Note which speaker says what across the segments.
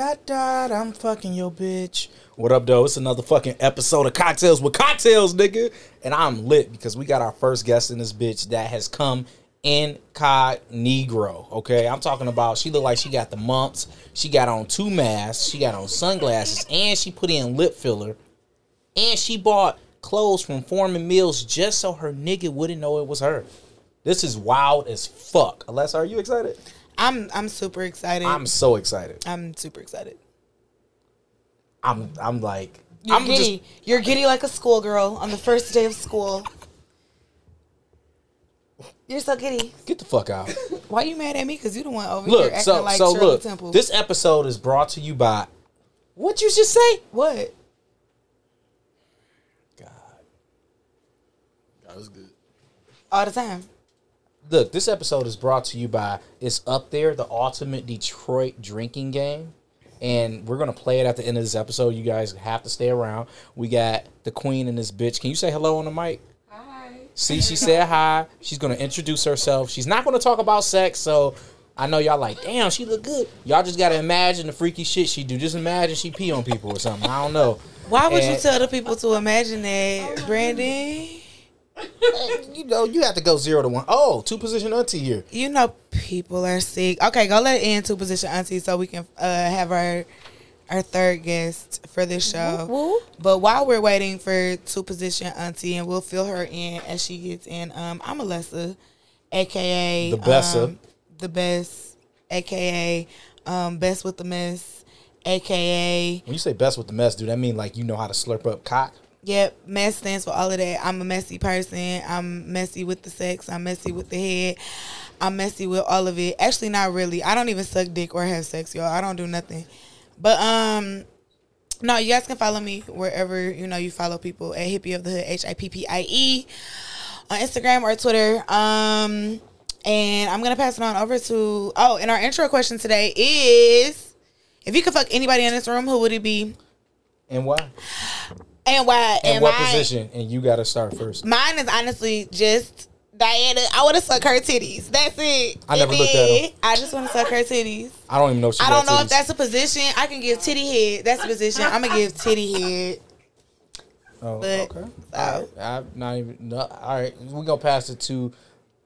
Speaker 1: Dot, dot, I'm fucking your bitch. What up, though? It's another fucking episode of Cocktails with Cocktails, nigga. And I'm lit because we got our first guest in this bitch that has come incognito. Okay, I'm talking about she looked like she got the mumps. She got on two masks. She got on sunglasses, and she put in lip filler. And she bought clothes from Foreman Mills just so her nigga wouldn't know it was her. This is wild as fuck. Unless, are you excited?
Speaker 2: I'm I'm super excited.
Speaker 1: I'm so excited.
Speaker 2: I'm super excited.
Speaker 1: I'm I'm like
Speaker 2: You're
Speaker 1: I'm just-
Speaker 2: giddy. You're giddy like a schoolgirl on the first day of school. You're so giddy.
Speaker 1: get the fuck out.
Speaker 2: Why you mad at me? Cause you the one over here
Speaker 1: Look,
Speaker 2: acting
Speaker 1: so
Speaker 2: like
Speaker 1: so
Speaker 2: Shirley
Speaker 1: look.
Speaker 2: Temple.
Speaker 1: This episode is brought to you by what you just say.
Speaker 2: what?
Speaker 1: God.
Speaker 3: That was good.
Speaker 2: All the time.
Speaker 1: Look, this episode is brought to you by it's up there, the ultimate Detroit drinking game, and we're gonna play it at the end of this episode. You guys have to stay around. We got the queen and this bitch. Can you say hello on the mic?
Speaker 4: Hi.
Speaker 1: See, she said hi. She's gonna introduce herself. She's not gonna talk about sex, so I know y'all like, damn, she look good. Y'all just gotta imagine the freaky shit she do. Just imagine she pee on people or something. I don't know.
Speaker 2: Why would you
Speaker 1: And-
Speaker 2: tell the people to imagine that, Brandon?
Speaker 1: You know, you have to go zero to one. Oh, two position auntie here.
Speaker 2: You know people are sick. Okay, go let it in two position auntie so we can uh, have our our third guest for this show. But while we're waiting for two position auntie and we'll fill her in as she gets in, um, I'm Alessa, aka
Speaker 1: The Bessa.
Speaker 2: um, the best, aka um, best with the mess, aka
Speaker 1: When you say best with the mess, dude, that mean like you know how to slurp up cock.
Speaker 2: Yep, mess stands for all of that. I'm a messy person. I'm messy with the sex. I'm messy with the head. I'm messy with all of it. Actually, not really. I don't even suck dick or have sex, y'all. I don't do nothing. But um, no, you guys can follow me wherever you know you follow people at hippie of the hood H I P P I E on Instagram or Twitter. Um, and I'm gonna pass it on over to oh, and our intro question today is: If you could fuck anybody in this room, who would it be?
Speaker 1: And why?
Speaker 2: And why?
Speaker 1: And what
Speaker 2: why?
Speaker 1: position? And you gotta start first.
Speaker 2: Mine is honestly just Diana. I want to suck her titties. That's it.
Speaker 1: I never
Speaker 2: And
Speaker 1: looked at 'em.
Speaker 2: then I just want to suck her titties.
Speaker 1: I don't even know. If she
Speaker 2: I
Speaker 1: got
Speaker 2: don't know if
Speaker 1: titties.
Speaker 2: that's a position. I can give titty head. That's a position. I'm gonna give titty head.
Speaker 1: Oh,
Speaker 2: but-
Speaker 1: okay.
Speaker 2: so-
Speaker 1: All right. I'm not even. No, all right, we gonna pass it to.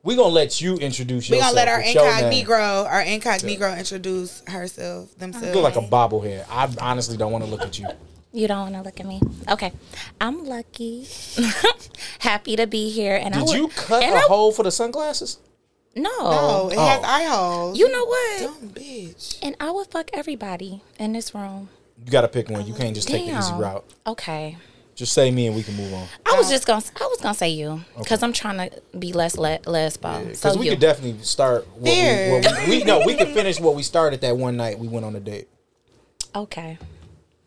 Speaker 1: We gonna let you introduce
Speaker 2: We
Speaker 1: yourself.
Speaker 2: gonna let our
Speaker 1: with your name.
Speaker 2: incognito, our incognito, introduce herself themselves.
Speaker 1: You look like a bobblehead. I honestly don't want to look at you.
Speaker 4: You don't want to look at me. Okay. I'm lucky. Happy to be here. And I
Speaker 1: Did
Speaker 4: would,
Speaker 1: you cut
Speaker 4: and
Speaker 1: a
Speaker 4: I-
Speaker 1: hole for the sunglasses?
Speaker 4: No.
Speaker 2: Oh, it has
Speaker 1: Oh.
Speaker 2: eye holes.
Speaker 4: You know what?
Speaker 2: dumb bitch.
Speaker 4: And I would fuck everybody in this room.
Speaker 1: You gotta pick one. You can't just take the easy
Speaker 4: Damn.
Speaker 1: route. Uh,
Speaker 4: Okay.
Speaker 1: Just say me and we can move on.
Speaker 4: I was just gonna. I was gonna say you because I'm trying to be less le- lesbo.
Speaker 1: Because
Speaker 4: so
Speaker 1: we
Speaker 4: you.
Speaker 1: could definitely start. What we,
Speaker 2: Fair.
Speaker 1: what we, we no, we could finish what we started that one night we went on a date.
Speaker 4: okay.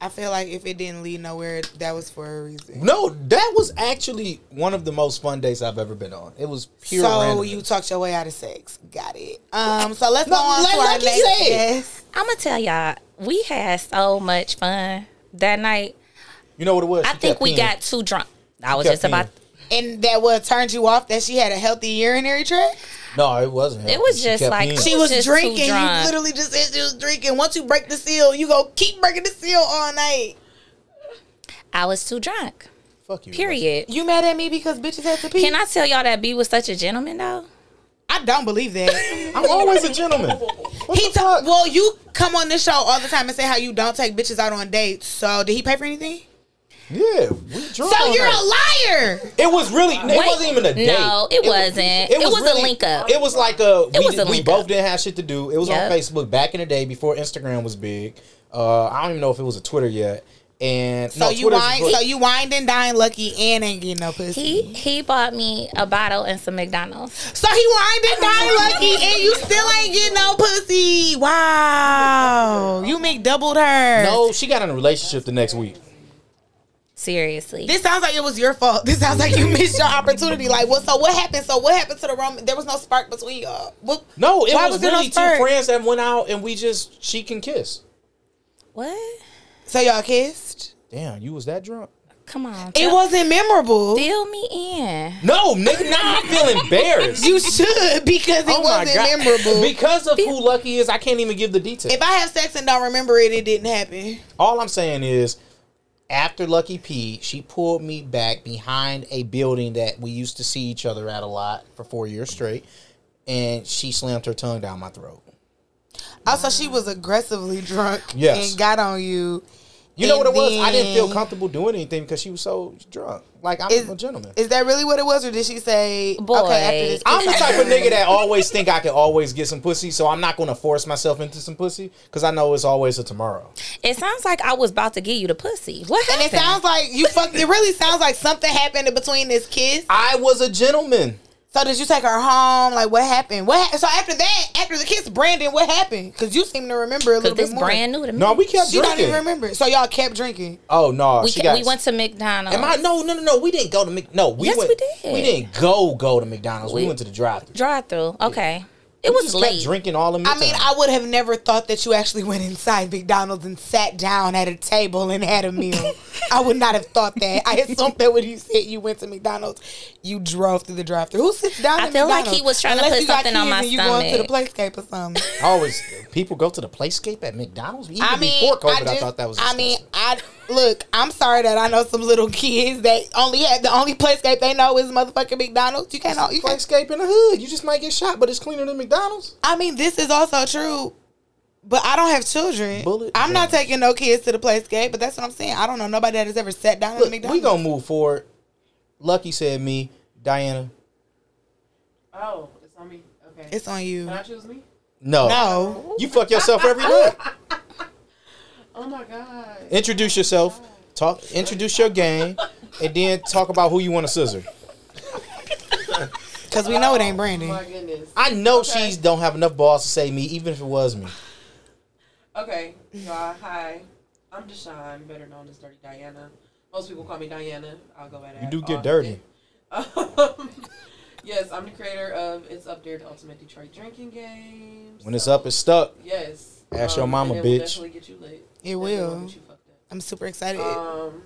Speaker 2: I feel like if it didn't lead nowhere, that was for a reason.
Speaker 1: No, that was actually one of the most fun dates I've ever been on. It was pure.
Speaker 2: so
Speaker 1: randomness.
Speaker 2: you talked your way out of sex. Got it. Um. So let's go
Speaker 1: No,
Speaker 2: on
Speaker 1: like-
Speaker 2: to our
Speaker 1: like you
Speaker 2: next
Speaker 1: said.
Speaker 2: guest.
Speaker 4: I'm gonna tell y'all. We had so much fun that night.
Speaker 1: You know what it was?
Speaker 4: I
Speaker 1: She
Speaker 4: think
Speaker 1: kept
Speaker 4: we
Speaker 1: peeing.
Speaker 4: got too drunk. I was
Speaker 1: kept
Speaker 4: just about.
Speaker 1: peeing.
Speaker 2: and that what turned you off that she had a healthy urinary tract?
Speaker 1: No, it wasn't.
Speaker 4: It was
Speaker 1: She
Speaker 4: just
Speaker 1: kept
Speaker 4: like-
Speaker 1: peeing.
Speaker 4: She
Speaker 2: She
Speaker 4: was
Speaker 2: was,
Speaker 4: just too
Speaker 2: drinking. You
Speaker 4: drunk.
Speaker 2: literally just said she was drinking. Once you break the seal, you go keep breaking the seal all night.
Speaker 4: I was too drunk.
Speaker 1: Fuck you.
Speaker 4: Period.
Speaker 2: You mad at me because bitches had to pee?
Speaker 4: Can I tell y'all that B was such a gentleman though?
Speaker 2: I don't believe that.
Speaker 1: I'm always a gentleman. What
Speaker 2: he
Speaker 1: the
Speaker 2: ta-
Speaker 1: fuck?
Speaker 2: well, you come on this show all the time and say how you don't take bitches out on dates. So did he pay for anything?
Speaker 1: yeah, we drunk.
Speaker 2: So
Speaker 1: on
Speaker 2: you're
Speaker 1: that.
Speaker 2: a liar.
Speaker 1: It was really. it
Speaker 4: Wait,
Speaker 1: wasn't even a date.
Speaker 4: no, it wasn't. It was a link up.
Speaker 1: It was like a. We,
Speaker 4: was
Speaker 1: did-
Speaker 4: a
Speaker 1: we
Speaker 4: link
Speaker 1: both
Speaker 4: up.
Speaker 1: didn't have shit to do. It was
Speaker 4: Yep.
Speaker 1: on Facebook back in the day before Instagram was big. Uh, I don't even know if it was a Twitter yet. And
Speaker 2: So
Speaker 1: no,
Speaker 2: you
Speaker 1: Twitter's
Speaker 2: wind,
Speaker 1: good.
Speaker 2: so you wind and dine lucky and ain't getting no pussy.
Speaker 4: He he bought me a bottle and some McDonald's.
Speaker 2: so he wind and dine lucky and you still ain't getting no pussy. Wow, you McDoubled her.
Speaker 1: no, she got in a relationship the next week.
Speaker 4: Seriously.
Speaker 2: This sounds like it was your fault. This sounds like you missed your opportunity. Like, what? So what happened? So what happened to the Roman? There was no spark between y'all. What?
Speaker 1: No, it
Speaker 2: Why
Speaker 1: was,
Speaker 2: was there no
Speaker 1: really two
Speaker 2: spark?
Speaker 1: friends that went out and we just she can kiss.
Speaker 4: what?
Speaker 2: So y'all kissed?
Speaker 1: Damn, you was that drunk?
Speaker 4: Come on.
Speaker 2: It
Speaker 4: tell-
Speaker 2: wasn't memorable.
Speaker 4: Fill me in.
Speaker 1: No, nigga, now I feel embarrassed.
Speaker 2: You should because it
Speaker 1: Oh my
Speaker 2: wasn't
Speaker 1: God.
Speaker 2: memorable.
Speaker 1: Because of who Lucky is, I can't even give the details.
Speaker 2: if I have sex and don't remember it, it didn't happen.
Speaker 1: All I'm saying is, after Lucky P, she pulled me back behind a building that we used to see each other at a lot for four years straight, and she slammed her tongue down my throat.
Speaker 2: Also, she was aggressively drunk
Speaker 1: Yes.
Speaker 2: and got on you.
Speaker 1: You know
Speaker 2: And
Speaker 1: what it was? I didn't feel
Speaker 2: then-
Speaker 1: comfortable doing anything because she was so drunk. Like I'm
Speaker 2: Is-
Speaker 1: a gentleman.
Speaker 2: Is that really what it was, or did she say,
Speaker 4: Boy.
Speaker 2: "Okay, after this"?
Speaker 1: I'm the
Speaker 2: kiss,
Speaker 1: type
Speaker 2: I-
Speaker 1: of nigga that always think I can always get some pussy, so I'm not going to force myself into some pussy because I know it's always a tomorrow.
Speaker 4: It sounds like I was about to give you the pussy. What
Speaker 2: And
Speaker 4: happened?
Speaker 2: it sounds like you fuck. It really sounds like something happened in between this kiss.
Speaker 1: I was a gentleman.
Speaker 2: So did you take her home? Like what happened? What? Ha- so after that, after the kiss, Brandon, what happened? Because you seem to remember a little
Speaker 4: Cause
Speaker 2: bit
Speaker 4: this
Speaker 2: more.
Speaker 4: brand new to me.
Speaker 1: No, we kept
Speaker 2: she don't
Speaker 1: drinking.
Speaker 2: even remember. So y'all kept drinking.
Speaker 1: Oh no,
Speaker 4: we,
Speaker 1: she
Speaker 4: ca-
Speaker 1: got.
Speaker 4: we went to McDonald's.
Speaker 1: Am I? No, no, no, no. We didn't go to Mc. No, we
Speaker 4: Yes,
Speaker 1: went,
Speaker 4: we did.
Speaker 1: We didn't go go to McDonald's. We,
Speaker 4: We-
Speaker 1: went to the drive-through.
Speaker 4: Drive through. Okay. It was late.
Speaker 1: drinking all the.
Speaker 2: I mean, I would have never thought that you actually went inside McDonald's and sat down at a table and had a meal. I would not have thought that. I assumed that when you said you went to McDonald's, you drove through the drive-through. Who sits down?
Speaker 4: I
Speaker 2: at
Speaker 4: feel like
Speaker 2: McDonald's?
Speaker 4: he was trying to
Speaker 2: Unless
Speaker 4: put
Speaker 2: you got
Speaker 4: something on
Speaker 2: kids
Speaker 4: my
Speaker 2: and you going to the
Speaker 4: stomach.
Speaker 2: playscape or something.
Speaker 1: always people go to the playscape at McDonald's. Even
Speaker 2: I mean,
Speaker 1: before COVID, I,
Speaker 2: just-
Speaker 1: thought that was.
Speaker 2: I mean,
Speaker 1: disgusting.
Speaker 2: I look. I'm sorry that I know some little kids that only had the only playscape they know is motherfucking McDonald's. You can't. You can't
Speaker 1: playscape in the hood. You just might get shot, but it's cleaner than McDonald's.
Speaker 2: I mean, this is also true, but I don't have children.
Speaker 1: Bullet
Speaker 2: I'm not
Speaker 1: journals.
Speaker 2: taking no kids to the playscape, but that's what I'm saying. I don't know nobody that has ever sat down at
Speaker 1: Look,
Speaker 2: McDonald's.
Speaker 1: we gonna move forward. Lucky said me, Diana.
Speaker 5: Oh, it's on me. Okay.
Speaker 2: It's on you.
Speaker 5: Can I choose me?
Speaker 1: No,
Speaker 2: No,
Speaker 1: you fuck yourself every night.
Speaker 5: Oh my god.
Speaker 1: Introduce yourself. Talk. Introduce your game, and then talk about who you want to scissor.
Speaker 2: because we know it ain't
Speaker 5: Oh my
Speaker 2: Brandon.
Speaker 5: goodness.
Speaker 1: I know
Speaker 5: Okay.
Speaker 1: she's don't have enough balls to say me, even if it was me.
Speaker 5: Okay, y'all. Hi, I'm Deshawn, better known as Dirty Diana. Most people call me Diana. I'll go by that.
Speaker 1: You do get
Speaker 5: all
Speaker 1: dirty.
Speaker 5: day. Um, yes, I'm the creator of It's Up There, the Ultimate Detroit Drinking Game.
Speaker 1: When it's
Speaker 5: So,
Speaker 1: up, it's stuck.
Speaker 5: Yes. Um,
Speaker 1: Ask your
Speaker 5: and
Speaker 1: mama, bitch.
Speaker 5: it Will definitely get you lit.
Speaker 2: It
Speaker 5: Definitely
Speaker 2: will.
Speaker 5: get you fucked up.
Speaker 2: I'm super excited.
Speaker 5: Um,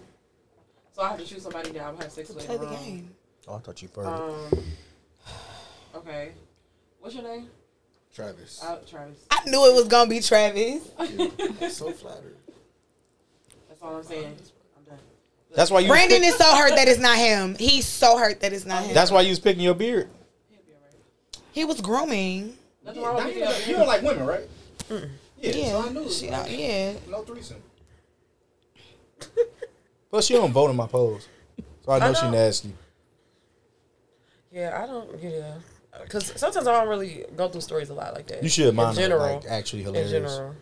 Speaker 5: so I have to choose somebody that I would have sex
Speaker 2: to
Speaker 5: with.
Speaker 2: play the
Speaker 5: in a room.
Speaker 2: game.
Speaker 1: Oh, I thought you furred it.
Speaker 5: Um, okay. What's your name?
Speaker 3: Travis.
Speaker 5: Oh, Travis.
Speaker 2: I knew it was gonna be Travis.
Speaker 3: I'm so flattered.
Speaker 5: That's all I'm saying. I'm done.
Speaker 1: That's why you.
Speaker 2: Brandon is so hurt that it's not him. He's so hurt that it's not him.
Speaker 1: That's why you was picking your beard.
Speaker 5: He'll be all right.
Speaker 2: he was grooming.
Speaker 5: Nothing wrong with picking up
Speaker 1: You don't like women, right?
Speaker 2: Yeah, she don't- yeah.
Speaker 1: No threesome. Plus, she don't vote in my polls, so I know,
Speaker 5: I
Speaker 1: she
Speaker 5: know.
Speaker 1: nasty.
Speaker 5: Yeah, I don't. Yeah, because sometimes I don't really go through stories a lot like that.
Speaker 1: Uh, You should
Speaker 5: in
Speaker 1: mind her.
Speaker 5: general.
Speaker 1: Like, actually
Speaker 5: in
Speaker 1: hilarious.
Speaker 5: general.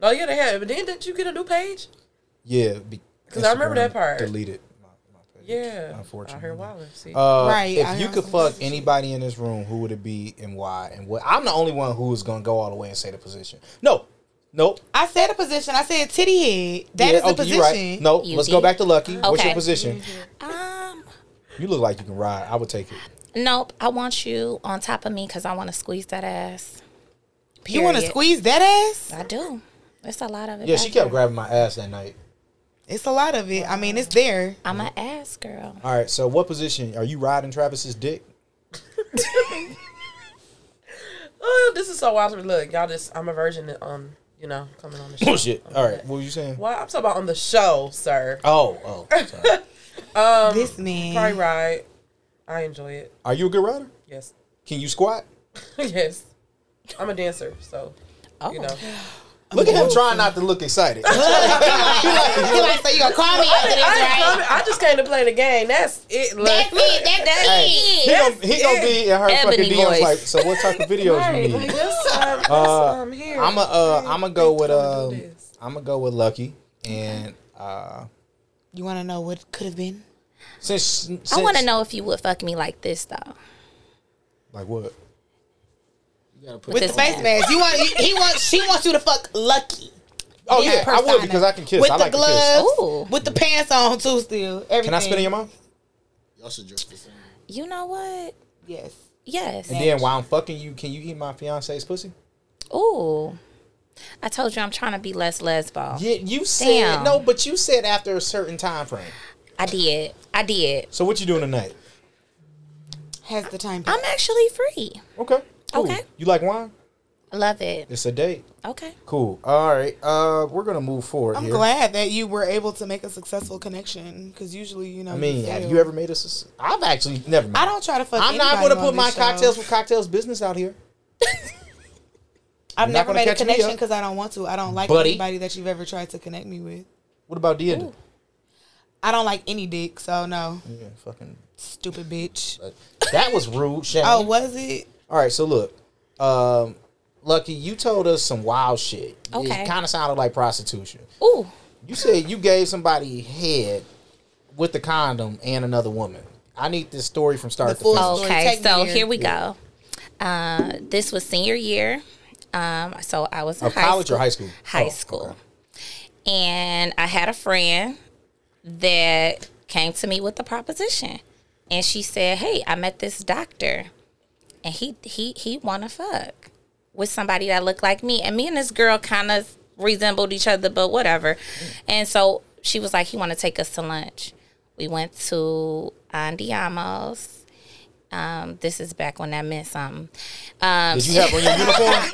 Speaker 5: No, yeah, they had. But then didn't you get a new page?
Speaker 1: Yeah,
Speaker 5: 'Cause I remember that
Speaker 1: Instagram
Speaker 5: part.
Speaker 1: Deleted. My, my page,
Speaker 5: Yeah, I
Speaker 1: unfortunately.
Speaker 5: heard Wallace. See,
Speaker 1: Uh,
Speaker 2: Right,
Speaker 1: If
Speaker 2: I
Speaker 1: you
Speaker 2: know.
Speaker 1: could fuck anybody in this room, who would it be and why? And what? I'm the only one who is gonna go all the way and say the position. No, nope.
Speaker 2: I said a position. I said titty head. That
Speaker 1: Yeah,
Speaker 2: is the
Speaker 1: okay,
Speaker 2: position. Mm-hmm.
Speaker 1: you right. No,
Speaker 4: You
Speaker 1: let's go
Speaker 4: did.
Speaker 1: back to Lucky. What's your
Speaker 4: Okay.
Speaker 1: position?
Speaker 4: Um,
Speaker 1: You look like you can ride. I would take it.
Speaker 4: nope. I want you on top of me because I want to squeeze that ass.
Speaker 2: You want to
Speaker 4: Period.
Speaker 2: squeeze that ass?
Speaker 4: I do. It's a lot of it.
Speaker 1: Yeah, she
Speaker 4: back
Speaker 1: kept
Speaker 4: there.
Speaker 1: grabbing my ass that night.
Speaker 2: It's a lot of it. I mean, it's there.
Speaker 4: I'm an ass girl.
Speaker 1: All right, so what position are you riding Travis's dick?
Speaker 5: oh, this is so wild. Look, y'all just. I'm a virgin. Um, you know, coming on the show.
Speaker 1: Bullshit. Oh, All right, what were you saying?
Speaker 5: Well, I'm talking about on the show, sir.
Speaker 1: Oh, oh. Sorry.
Speaker 4: Um,
Speaker 2: this man.
Speaker 5: Probably right. I enjoy it.
Speaker 1: Are you a good rider?
Speaker 5: Yes.
Speaker 1: Can you squat?
Speaker 5: yes. I'm a dancer, so
Speaker 4: Oh,
Speaker 5: you know.
Speaker 1: Look at him trying not to look excited. All
Speaker 2: He like, so you gonna call me after this,
Speaker 5: I,
Speaker 2: right?
Speaker 5: ain't coming. I just came to play the game. That's it. Look.
Speaker 2: That's it. That's, it.
Speaker 1: he gonna, he gonna be in her
Speaker 4: Ebony
Speaker 1: fucking DMs
Speaker 4: voice.
Speaker 1: like, so what type of videos
Speaker 5: Right.
Speaker 1: you need?
Speaker 5: Like, that's, um, that's,
Speaker 1: Uh,
Speaker 5: um, here.
Speaker 1: I'm a, uh, I'm gonna go with
Speaker 5: Come
Speaker 1: um,
Speaker 5: do this.
Speaker 1: I'm gonna go with Lucky, and uh,
Speaker 2: You wanna know what could have been?
Speaker 1: since, since
Speaker 4: I want to know if you would fuck me like this though.
Speaker 1: like what
Speaker 3: You gotta put
Speaker 2: With
Speaker 4: With this
Speaker 2: the face mask. You want? you- He wants. She wants you to fuck lucky.
Speaker 1: Oh
Speaker 2: This
Speaker 1: yeah, I would
Speaker 2: persona.
Speaker 1: because I can kiss.
Speaker 2: With
Speaker 1: I
Speaker 2: the
Speaker 1: like to kiss.
Speaker 2: gloves.
Speaker 4: Ooh.
Speaker 2: With the pants on too. Still. Everything.
Speaker 1: Can I spit in your mouth?
Speaker 3: Y'all should dress the same.
Speaker 4: You know what?
Speaker 2: Yes.
Speaker 4: Yes.
Speaker 1: And then while I'm fucking you, can you eat my fiance's pussy?
Speaker 4: Ooh. I told you I'm trying to be less lesbo.
Speaker 1: Yeah, you said
Speaker 4: Damn.
Speaker 1: no, but you said after a certain time frame.
Speaker 4: I did. I did.
Speaker 1: So what you doing tonight?
Speaker 2: Has the time
Speaker 4: I'm actually free.
Speaker 1: Okay. Cool.
Speaker 4: Okay.
Speaker 1: You like wine?
Speaker 4: Love it.
Speaker 1: It's a date.
Speaker 4: Okay.
Speaker 1: Cool. All right. Uh, we're gonna move forward
Speaker 2: I'm
Speaker 1: here.
Speaker 2: glad that you were able to make a successful connection because usually, you know,
Speaker 1: I mean,
Speaker 2: you
Speaker 1: have
Speaker 2: fail.
Speaker 1: you ever made a? sus- I've actually never. Mind.
Speaker 2: I don't try to fuck.
Speaker 1: I'm not
Speaker 2: anybody
Speaker 1: gonna
Speaker 2: on
Speaker 1: put my
Speaker 2: this show.
Speaker 1: cocktails with cocktails business out here.
Speaker 2: I've
Speaker 1: You're not
Speaker 2: never
Speaker 1: gonna
Speaker 2: made a
Speaker 1: catch me
Speaker 2: connection
Speaker 1: up.
Speaker 2: because I don't want to. I don't like
Speaker 1: Buddy.
Speaker 2: anybody that you've ever tried to connect me with.
Speaker 1: What about Deandra?
Speaker 2: I don't like any dick, so no,
Speaker 1: Yeah, fucking.
Speaker 2: stupid bitch.
Speaker 1: That was rude. Shane.
Speaker 2: Oh, was it?
Speaker 1: All right. So look, um, Lucky, you told us some wild shit.
Speaker 4: Okay.
Speaker 1: It kind of sounded like prostitution.
Speaker 4: Ooh.
Speaker 1: You said you gave somebody head with the condom and another woman. I need this story from start
Speaker 2: The
Speaker 1: to
Speaker 2: full
Speaker 1: finish.
Speaker 2: story.
Speaker 4: Okay,
Speaker 2: Take me
Speaker 4: so
Speaker 2: there.
Speaker 4: here we go. Uh, this was senior year. Um, so I was in
Speaker 1: Of
Speaker 4: high
Speaker 1: college
Speaker 4: school.
Speaker 1: or high school?
Speaker 4: High
Speaker 1: Oh,
Speaker 4: school. And I had a friend that came to me with a proposition, and she said, "Hey, I met this doctor, and he he he want to fuck with somebody that looked like me, and me and this girl kind of resembled each other, but whatever." And so she was like, "He want to take us to lunch." We went to Andiamo's. Um, this is back when that meant something. Um,
Speaker 1: Did you have on your uniform?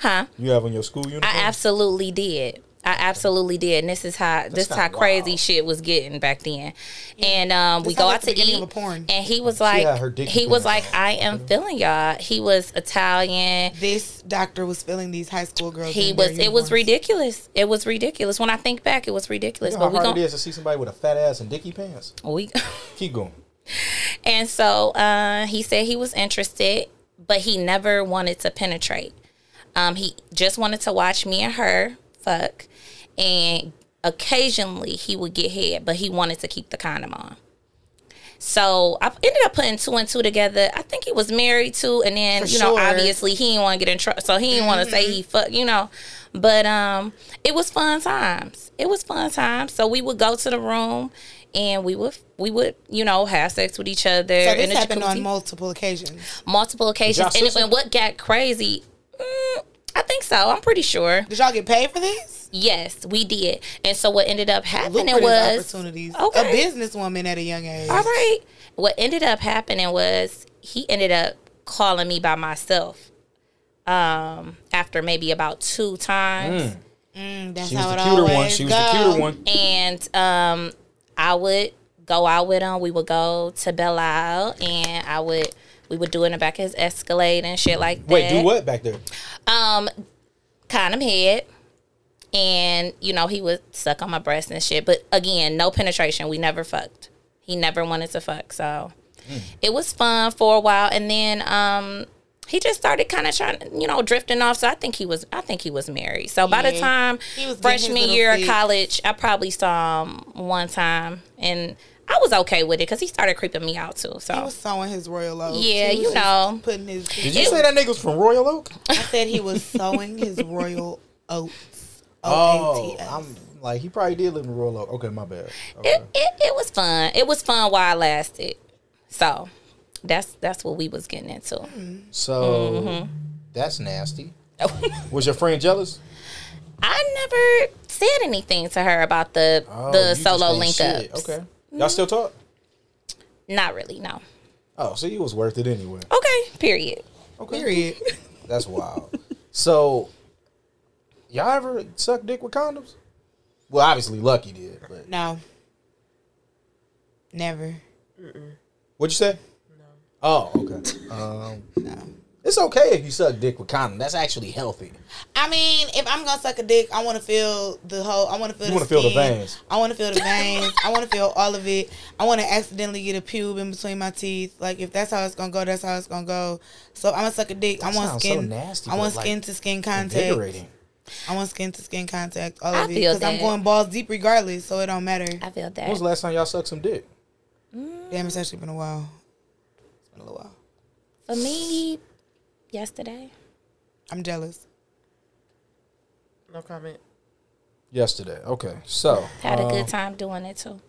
Speaker 1: Huh? You have on your school uniform?
Speaker 4: I absolutely did. I absolutely did. And this is how this
Speaker 1: That's
Speaker 4: how
Speaker 1: not
Speaker 4: crazy
Speaker 1: wild.
Speaker 4: shit was getting back then. And um, we
Speaker 2: sounds
Speaker 4: go
Speaker 2: like
Speaker 4: out
Speaker 2: the
Speaker 4: to
Speaker 2: beginning
Speaker 4: eat,
Speaker 2: of a porn.
Speaker 4: and he was like,
Speaker 1: had her dick
Speaker 4: he
Speaker 1: in
Speaker 4: was
Speaker 1: her
Speaker 4: like, I am feeling y'all. He was Italian.
Speaker 2: This doctor was filling these high school girls.
Speaker 4: He
Speaker 2: in their
Speaker 4: was. It was
Speaker 2: uniforms.
Speaker 4: ridiculous. It was ridiculous. When I think back, it was ridiculous.
Speaker 1: You know how
Speaker 4: but we
Speaker 1: hard it
Speaker 4: gon-
Speaker 1: is to see somebody with a fat ass and dicky pants?
Speaker 4: we.
Speaker 1: Keep going.
Speaker 4: And so uh, he said he was interested, but he never wanted to penetrate. Um, he just wanted to watch me and her fuck. And occasionally he would get head, but he wanted to keep the condom on. So I ended up putting two and two together. I think he was married too, and then
Speaker 2: For
Speaker 4: you know,
Speaker 2: sure. Mm-hmm.
Speaker 4: obviously he didn't want to get in trouble, so he didn't want to say he fuck, you know. But um, it was fun times. It was fun times. So we would go to the room, and we would we would you know have sex with each other.
Speaker 2: So
Speaker 4: in
Speaker 2: this
Speaker 4: the
Speaker 2: happened
Speaker 4: jacuzzi.
Speaker 2: on multiple occasions.
Speaker 4: multiple occasions.
Speaker 1: Did y'all
Speaker 4: And,
Speaker 1: sizzle?
Speaker 4: and what got crazy? Mm, I think so. I'm pretty sure.
Speaker 2: Did y'all get paid for this?
Speaker 4: Yes, we did. And so what ended up happening
Speaker 2: Lucrative
Speaker 4: was
Speaker 2: opportunities.
Speaker 4: Okay.
Speaker 2: A businesswoman at a young age.
Speaker 4: All right. What ended up happening was he ended up calling me by myself. Um, after maybe about two times.
Speaker 2: Mm, that's
Speaker 1: She was
Speaker 2: how
Speaker 1: the
Speaker 2: it
Speaker 1: cuter
Speaker 2: always
Speaker 1: one. She was
Speaker 2: go.
Speaker 1: the cuter one.
Speaker 4: and um, I would go out with him. We would go to Belle Isle, and I would we would do it in the back of his Escalade and shit like that.
Speaker 1: Wait, do what back there?
Speaker 4: Um, condom head, and you know he would suck on my breast and shit. But again, no penetration. We never fucked. He never wanted to fuck, so
Speaker 2: Mm.
Speaker 4: it was fun for a while, and then um. He just started kind of trying, you know, drifting off. So I think he was, I think he was married. So by the
Speaker 2: Yeah.
Speaker 4: time
Speaker 2: He was getting his
Speaker 4: freshman
Speaker 2: little
Speaker 4: year of
Speaker 2: fix.
Speaker 4: college, I probably saw him one time, and I was okay with it because he started creeping me out too. So
Speaker 2: He was sowing his royal loaf.
Speaker 4: Yeah,
Speaker 2: He was
Speaker 4: you
Speaker 2: just
Speaker 4: know.
Speaker 2: Putting his.
Speaker 1: Did you say that nigga was from Royal Oak?
Speaker 2: I said he was sowing his royal oats.
Speaker 1: Oh,
Speaker 2: O-A-T-S.
Speaker 1: I'm like he probably did live in Royal Oak. Okay, my bad. Okay.
Speaker 4: it, it, it was fun. It was fun while it lasted. So that's that's what we was getting into.
Speaker 1: So
Speaker 4: Mm-hmm.
Speaker 1: that's nasty. Was your friend jealous?
Speaker 4: I never said anything to her about the
Speaker 1: Oh, you
Speaker 4: the
Speaker 1: just
Speaker 4: solo
Speaker 1: ain't
Speaker 4: link
Speaker 1: shit.
Speaker 4: ups.
Speaker 1: Okay. Y'all still talk?
Speaker 4: Not really, no.
Speaker 1: Oh, so you was worth it anyway.
Speaker 4: Okay, period.
Speaker 1: Okay.
Speaker 2: Period.
Speaker 1: That's wild. so, y'all ever suck dick with condoms? Well, obviously Lucky did. But
Speaker 2: No. Never.
Speaker 1: what'd you say? Oh, okay. Um, It's okay if you suck dick with condom. That's actually healthy.
Speaker 2: I mean, if I'm gonna suck a dick, I want to feel the whole. I want to feel.
Speaker 1: You
Speaker 2: the
Speaker 1: wanna feel the
Speaker 2: skin.
Speaker 1: veins.
Speaker 2: I want to feel the veins. I want to feel all of it. I want to accidentally get a pube in between my teeth. Like if that's how it's gonna go, that's how it's gonna go. So if I'm gonna suck a dick. I want
Speaker 1: sounds so
Speaker 2: skin.
Speaker 1: nasty,
Speaker 2: I want
Speaker 1: but, like,
Speaker 2: skin to skin contact.
Speaker 1: Invigorating.
Speaker 2: I want skin to skin contact. All
Speaker 4: I
Speaker 2: of it
Speaker 4: feel
Speaker 2: because I'm
Speaker 4: that.
Speaker 2: going balls deep regardless, so it don't matter.
Speaker 4: I feel
Speaker 1: When was
Speaker 4: that.
Speaker 1: the last time y'all sucked some dick?
Speaker 2: Damn, it's actually been a while. It's been a little while.
Speaker 4: For me, yesterday.
Speaker 2: I'm jealous.
Speaker 5: No comment.
Speaker 1: Yesterday. Okay. So
Speaker 4: Had a
Speaker 1: um,
Speaker 4: good time doing it too.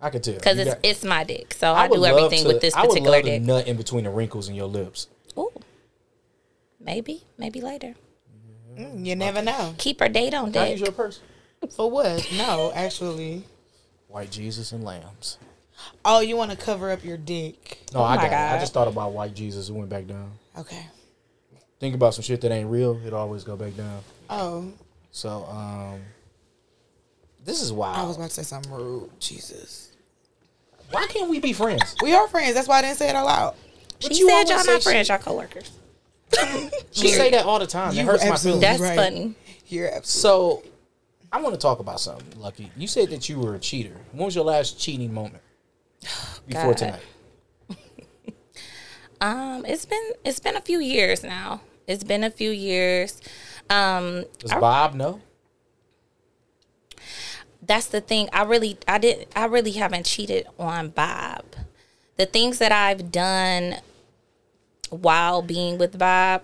Speaker 1: I could tell
Speaker 4: Because
Speaker 1: You
Speaker 4: it's
Speaker 1: got-
Speaker 4: it's my dick. So I,
Speaker 1: would
Speaker 4: do
Speaker 1: love
Speaker 4: everything
Speaker 1: to-
Speaker 4: with this
Speaker 1: I would
Speaker 4: particular
Speaker 1: love to
Speaker 4: dick.
Speaker 1: nut in between the wrinkles in your lips.
Speaker 4: Ooh. Maybe, maybe later.
Speaker 2: Mm, you never know.
Speaker 4: Keep her date on
Speaker 1: Can I
Speaker 4: deck.
Speaker 1: use your purse?
Speaker 2: For what? No, actually.
Speaker 1: White Jesus and lambs.
Speaker 2: Oh, you want to cover up your dick?
Speaker 1: No,
Speaker 4: Oh
Speaker 1: I
Speaker 4: my
Speaker 1: got it. I
Speaker 4: God.
Speaker 1: just thought about white Jesus and went back down.
Speaker 2: Okay.
Speaker 1: Think about some shit that ain't real, it always go back down.
Speaker 2: Oh,
Speaker 1: So, um, this is wild.
Speaker 2: I was about to say something rude. Jesus.
Speaker 1: Why can't we be friends?
Speaker 2: We are friends. That's why I didn't say it out loud.
Speaker 4: She
Speaker 1: you
Speaker 4: said
Speaker 1: always
Speaker 4: y'all
Speaker 1: say
Speaker 4: not
Speaker 1: she-
Speaker 4: friends, y'all coworkers.
Speaker 1: She say that all the time. That
Speaker 2: You
Speaker 1: hurts my
Speaker 2: absolutely-
Speaker 1: feelings.
Speaker 4: That's
Speaker 2: Right.
Speaker 4: funny.
Speaker 2: You're
Speaker 1: So,
Speaker 2: absolutely.
Speaker 1: I want to talk about something, Lucky. You said that you were a cheater. When was your last cheating moment? Before
Speaker 4: God.
Speaker 1: tonight.
Speaker 4: Um, it's been it's been a few years now. It's been a few years. Um,
Speaker 1: Does
Speaker 4: I-
Speaker 1: Bob know?
Speaker 4: that's the thing. I really I didn't I really haven't cheated on Bob. The things that I've done while being with Bob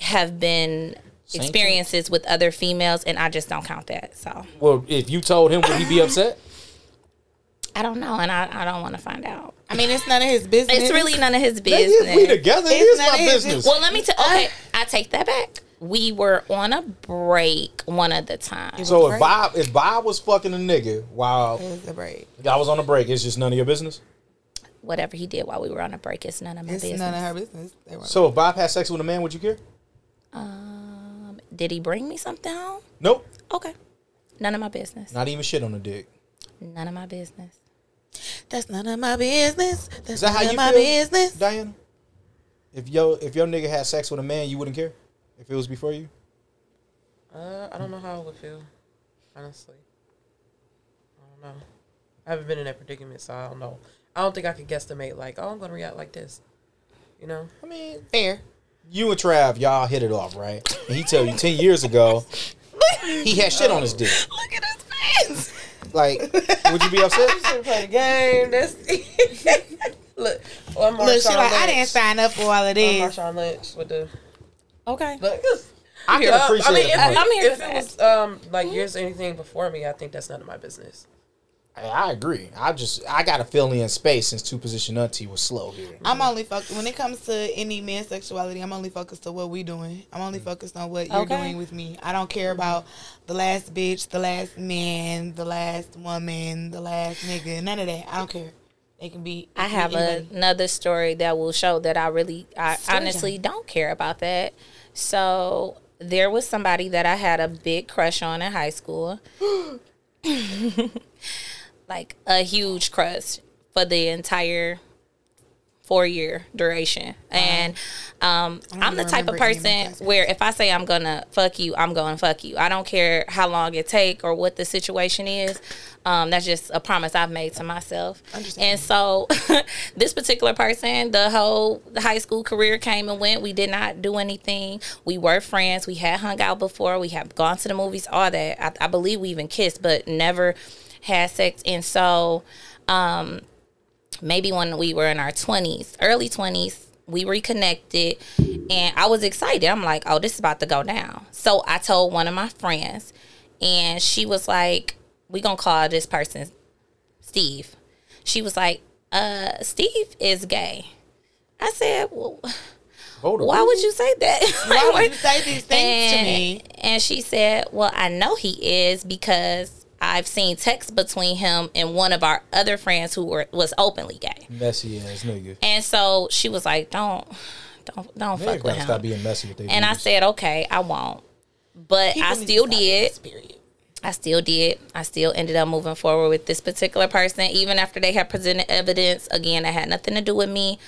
Speaker 4: have been
Speaker 1: Sanctioned?
Speaker 4: experiences with other females and I just don't count that. So
Speaker 1: Well, if you told him, would he be upset?
Speaker 4: I don't know and I, I don't want to find out.
Speaker 2: I mean, it's none of his business.
Speaker 4: It's really none of his business.
Speaker 1: Nigga, we together. It
Speaker 2: It's
Speaker 1: is
Speaker 2: not
Speaker 1: my
Speaker 2: his
Speaker 1: business.
Speaker 2: business.
Speaker 4: Well, let me tell. Okay, I take that back. We were on a break one of the times.
Speaker 1: So
Speaker 2: Right.
Speaker 1: if Bob, if Bob was fucking a nigga while
Speaker 2: It's a break.
Speaker 1: I was on a break, it's just none of your business.
Speaker 4: Whatever he did while we were on a break, it's none of my
Speaker 2: It's
Speaker 4: business.
Speaker 2: none of her business. They weren't-
Speaker 1: So if Bob had sex with a man, would you care?
Speaker 4: um, did he bring me something home?
Speaker 1: Nope.
Speaker 4: Okay, none of my business.
Speaker 1: Not even shit on the dick.
Speaker 4: None of my business.
Speaker 2: That's none of my business. That's
Speaker 1: Is that
Speaker 2: none
Speaker 1: how
Speaker 2: of
Speaker 1: you
Speaker 2: my
Speaker 1: feel,
Speaker 2: business.
Speaker 1: Diana? If yo if your nigga had sex with a man, you wouldn't care if it was before you.
Speaker 5: Uh, I don't know how I would feel, honestly. I don't know. I haven't been in that predicament, so I don't know. I don't think I could guesstimate like, oh, I'm gonna react like this. You know,
Speaker 1: I mean,
Speaker 2: Fair.
Speaker 1: you and Trav, y'all hit it off, right? And he tell you ten years ago, he had shit on his dick.
Speaker 4: Look at his face.
Speaker 1: Like, would you be upset?
Speaker 5: to play the game. That's look. Or Marshawn
Speaker 2: Look, she like,
Speaker 5: Lynch.
Speaker 2: I didn't sign up for all of
Speaker 5: Or
Speaker 2: this.
Speaker 5: Marshawn Lynch with the
Speaker 4: Okay.
Speaker 5: look.
Speaker 1: I can
Speaker 5: Uh,
Speaker 1: appreciate
Speaker 5: I mean, if,
Speaker 1: it.
Speaker 4: I'm here
Speaker 5: if
Speaker 4: for
Speaker 5: it
Speaker 4: that.
Speaker 5: was um like years or anything before me, I think that's none of my business.
Speaker 1: I I agree. I just I gotta fill in space since two position auntie was slow here.
Speaker 2: I'm only focused when it comes to any man's sexuality. I'm only focused on what we doing. I'm only focused on what you're
Speaker 4: Mm. Okay. Mm.
Speaker 2: doing with me. I don't care about the last bitch, the last man, the last woman, the last nigga. None of that. I don't care. They can be.
Speaker 4: I have a,
Speaker 2: anybody.
Speaker 4: another story that will show that I really, I
Speaker 2: Story
Speaker 4: honestly don't care about that. So there was somebody that I had a big crush on in high school, like a huge crush for the entire four year duration. And um,
Speaker 2: Uh-huh. I don't
Speaker 4: I'm the
Speaker 2: even
Speaker 4: type
Speaker 2: remember any
Speaker 4: of
Speaker 2: of my
Speaker 4: person
Speaker 2: classmates.
Speaker 4: where if I say I'm gonna fuck you, I'm gonna fuck you. I don't care how long it take or what the situation is. Um, that's just a promise I've made to myself. And so this particular person, the whole high school career came and went. We did not do anything. We were friends. We had hung out before. We have gone to the movies, all that. I, I believe we even kissed, but never had sex. And so maybe when we were in our 20s, early 20s, we reconnected and I was excited. I'm like, oh, this is about to go down. So I told one of my friends and she was like, we going to call this person Steve. She was like, uh, Steve is gay. I said, well,
Speaker 1: Hold on.
Speaker 4: why would you say that?
Speaker 2: Why would you say these things to
Speaker 4: and,
Speaker 2: me?
Speaker 4: And she said, Well, I know he is because I've seen texts between him and one of our other friends who were was openly gay.
Speaker 1: messy ass nigga?
Speaker 4: And so she was like, Don't don't don't
Speaker 1: Niggas
Speaker 4: fuck with
Speaker 1: gotta stop
Speaker 4: him.
Speaker 1: being messy with they
Speaker 4: And I
Speaker 1: niggas.
Speaker 4: said, Okay, I won't. But I
Speaker 2: People need to
Speaker 4: still
Speaker 2: stop being
Speaker 4: did.
Speaker 2: Period.
Speaker 4: I still did. I still ended up moving forward with this particular person, even after they had presented evidence. Again, that had nothing to do with me.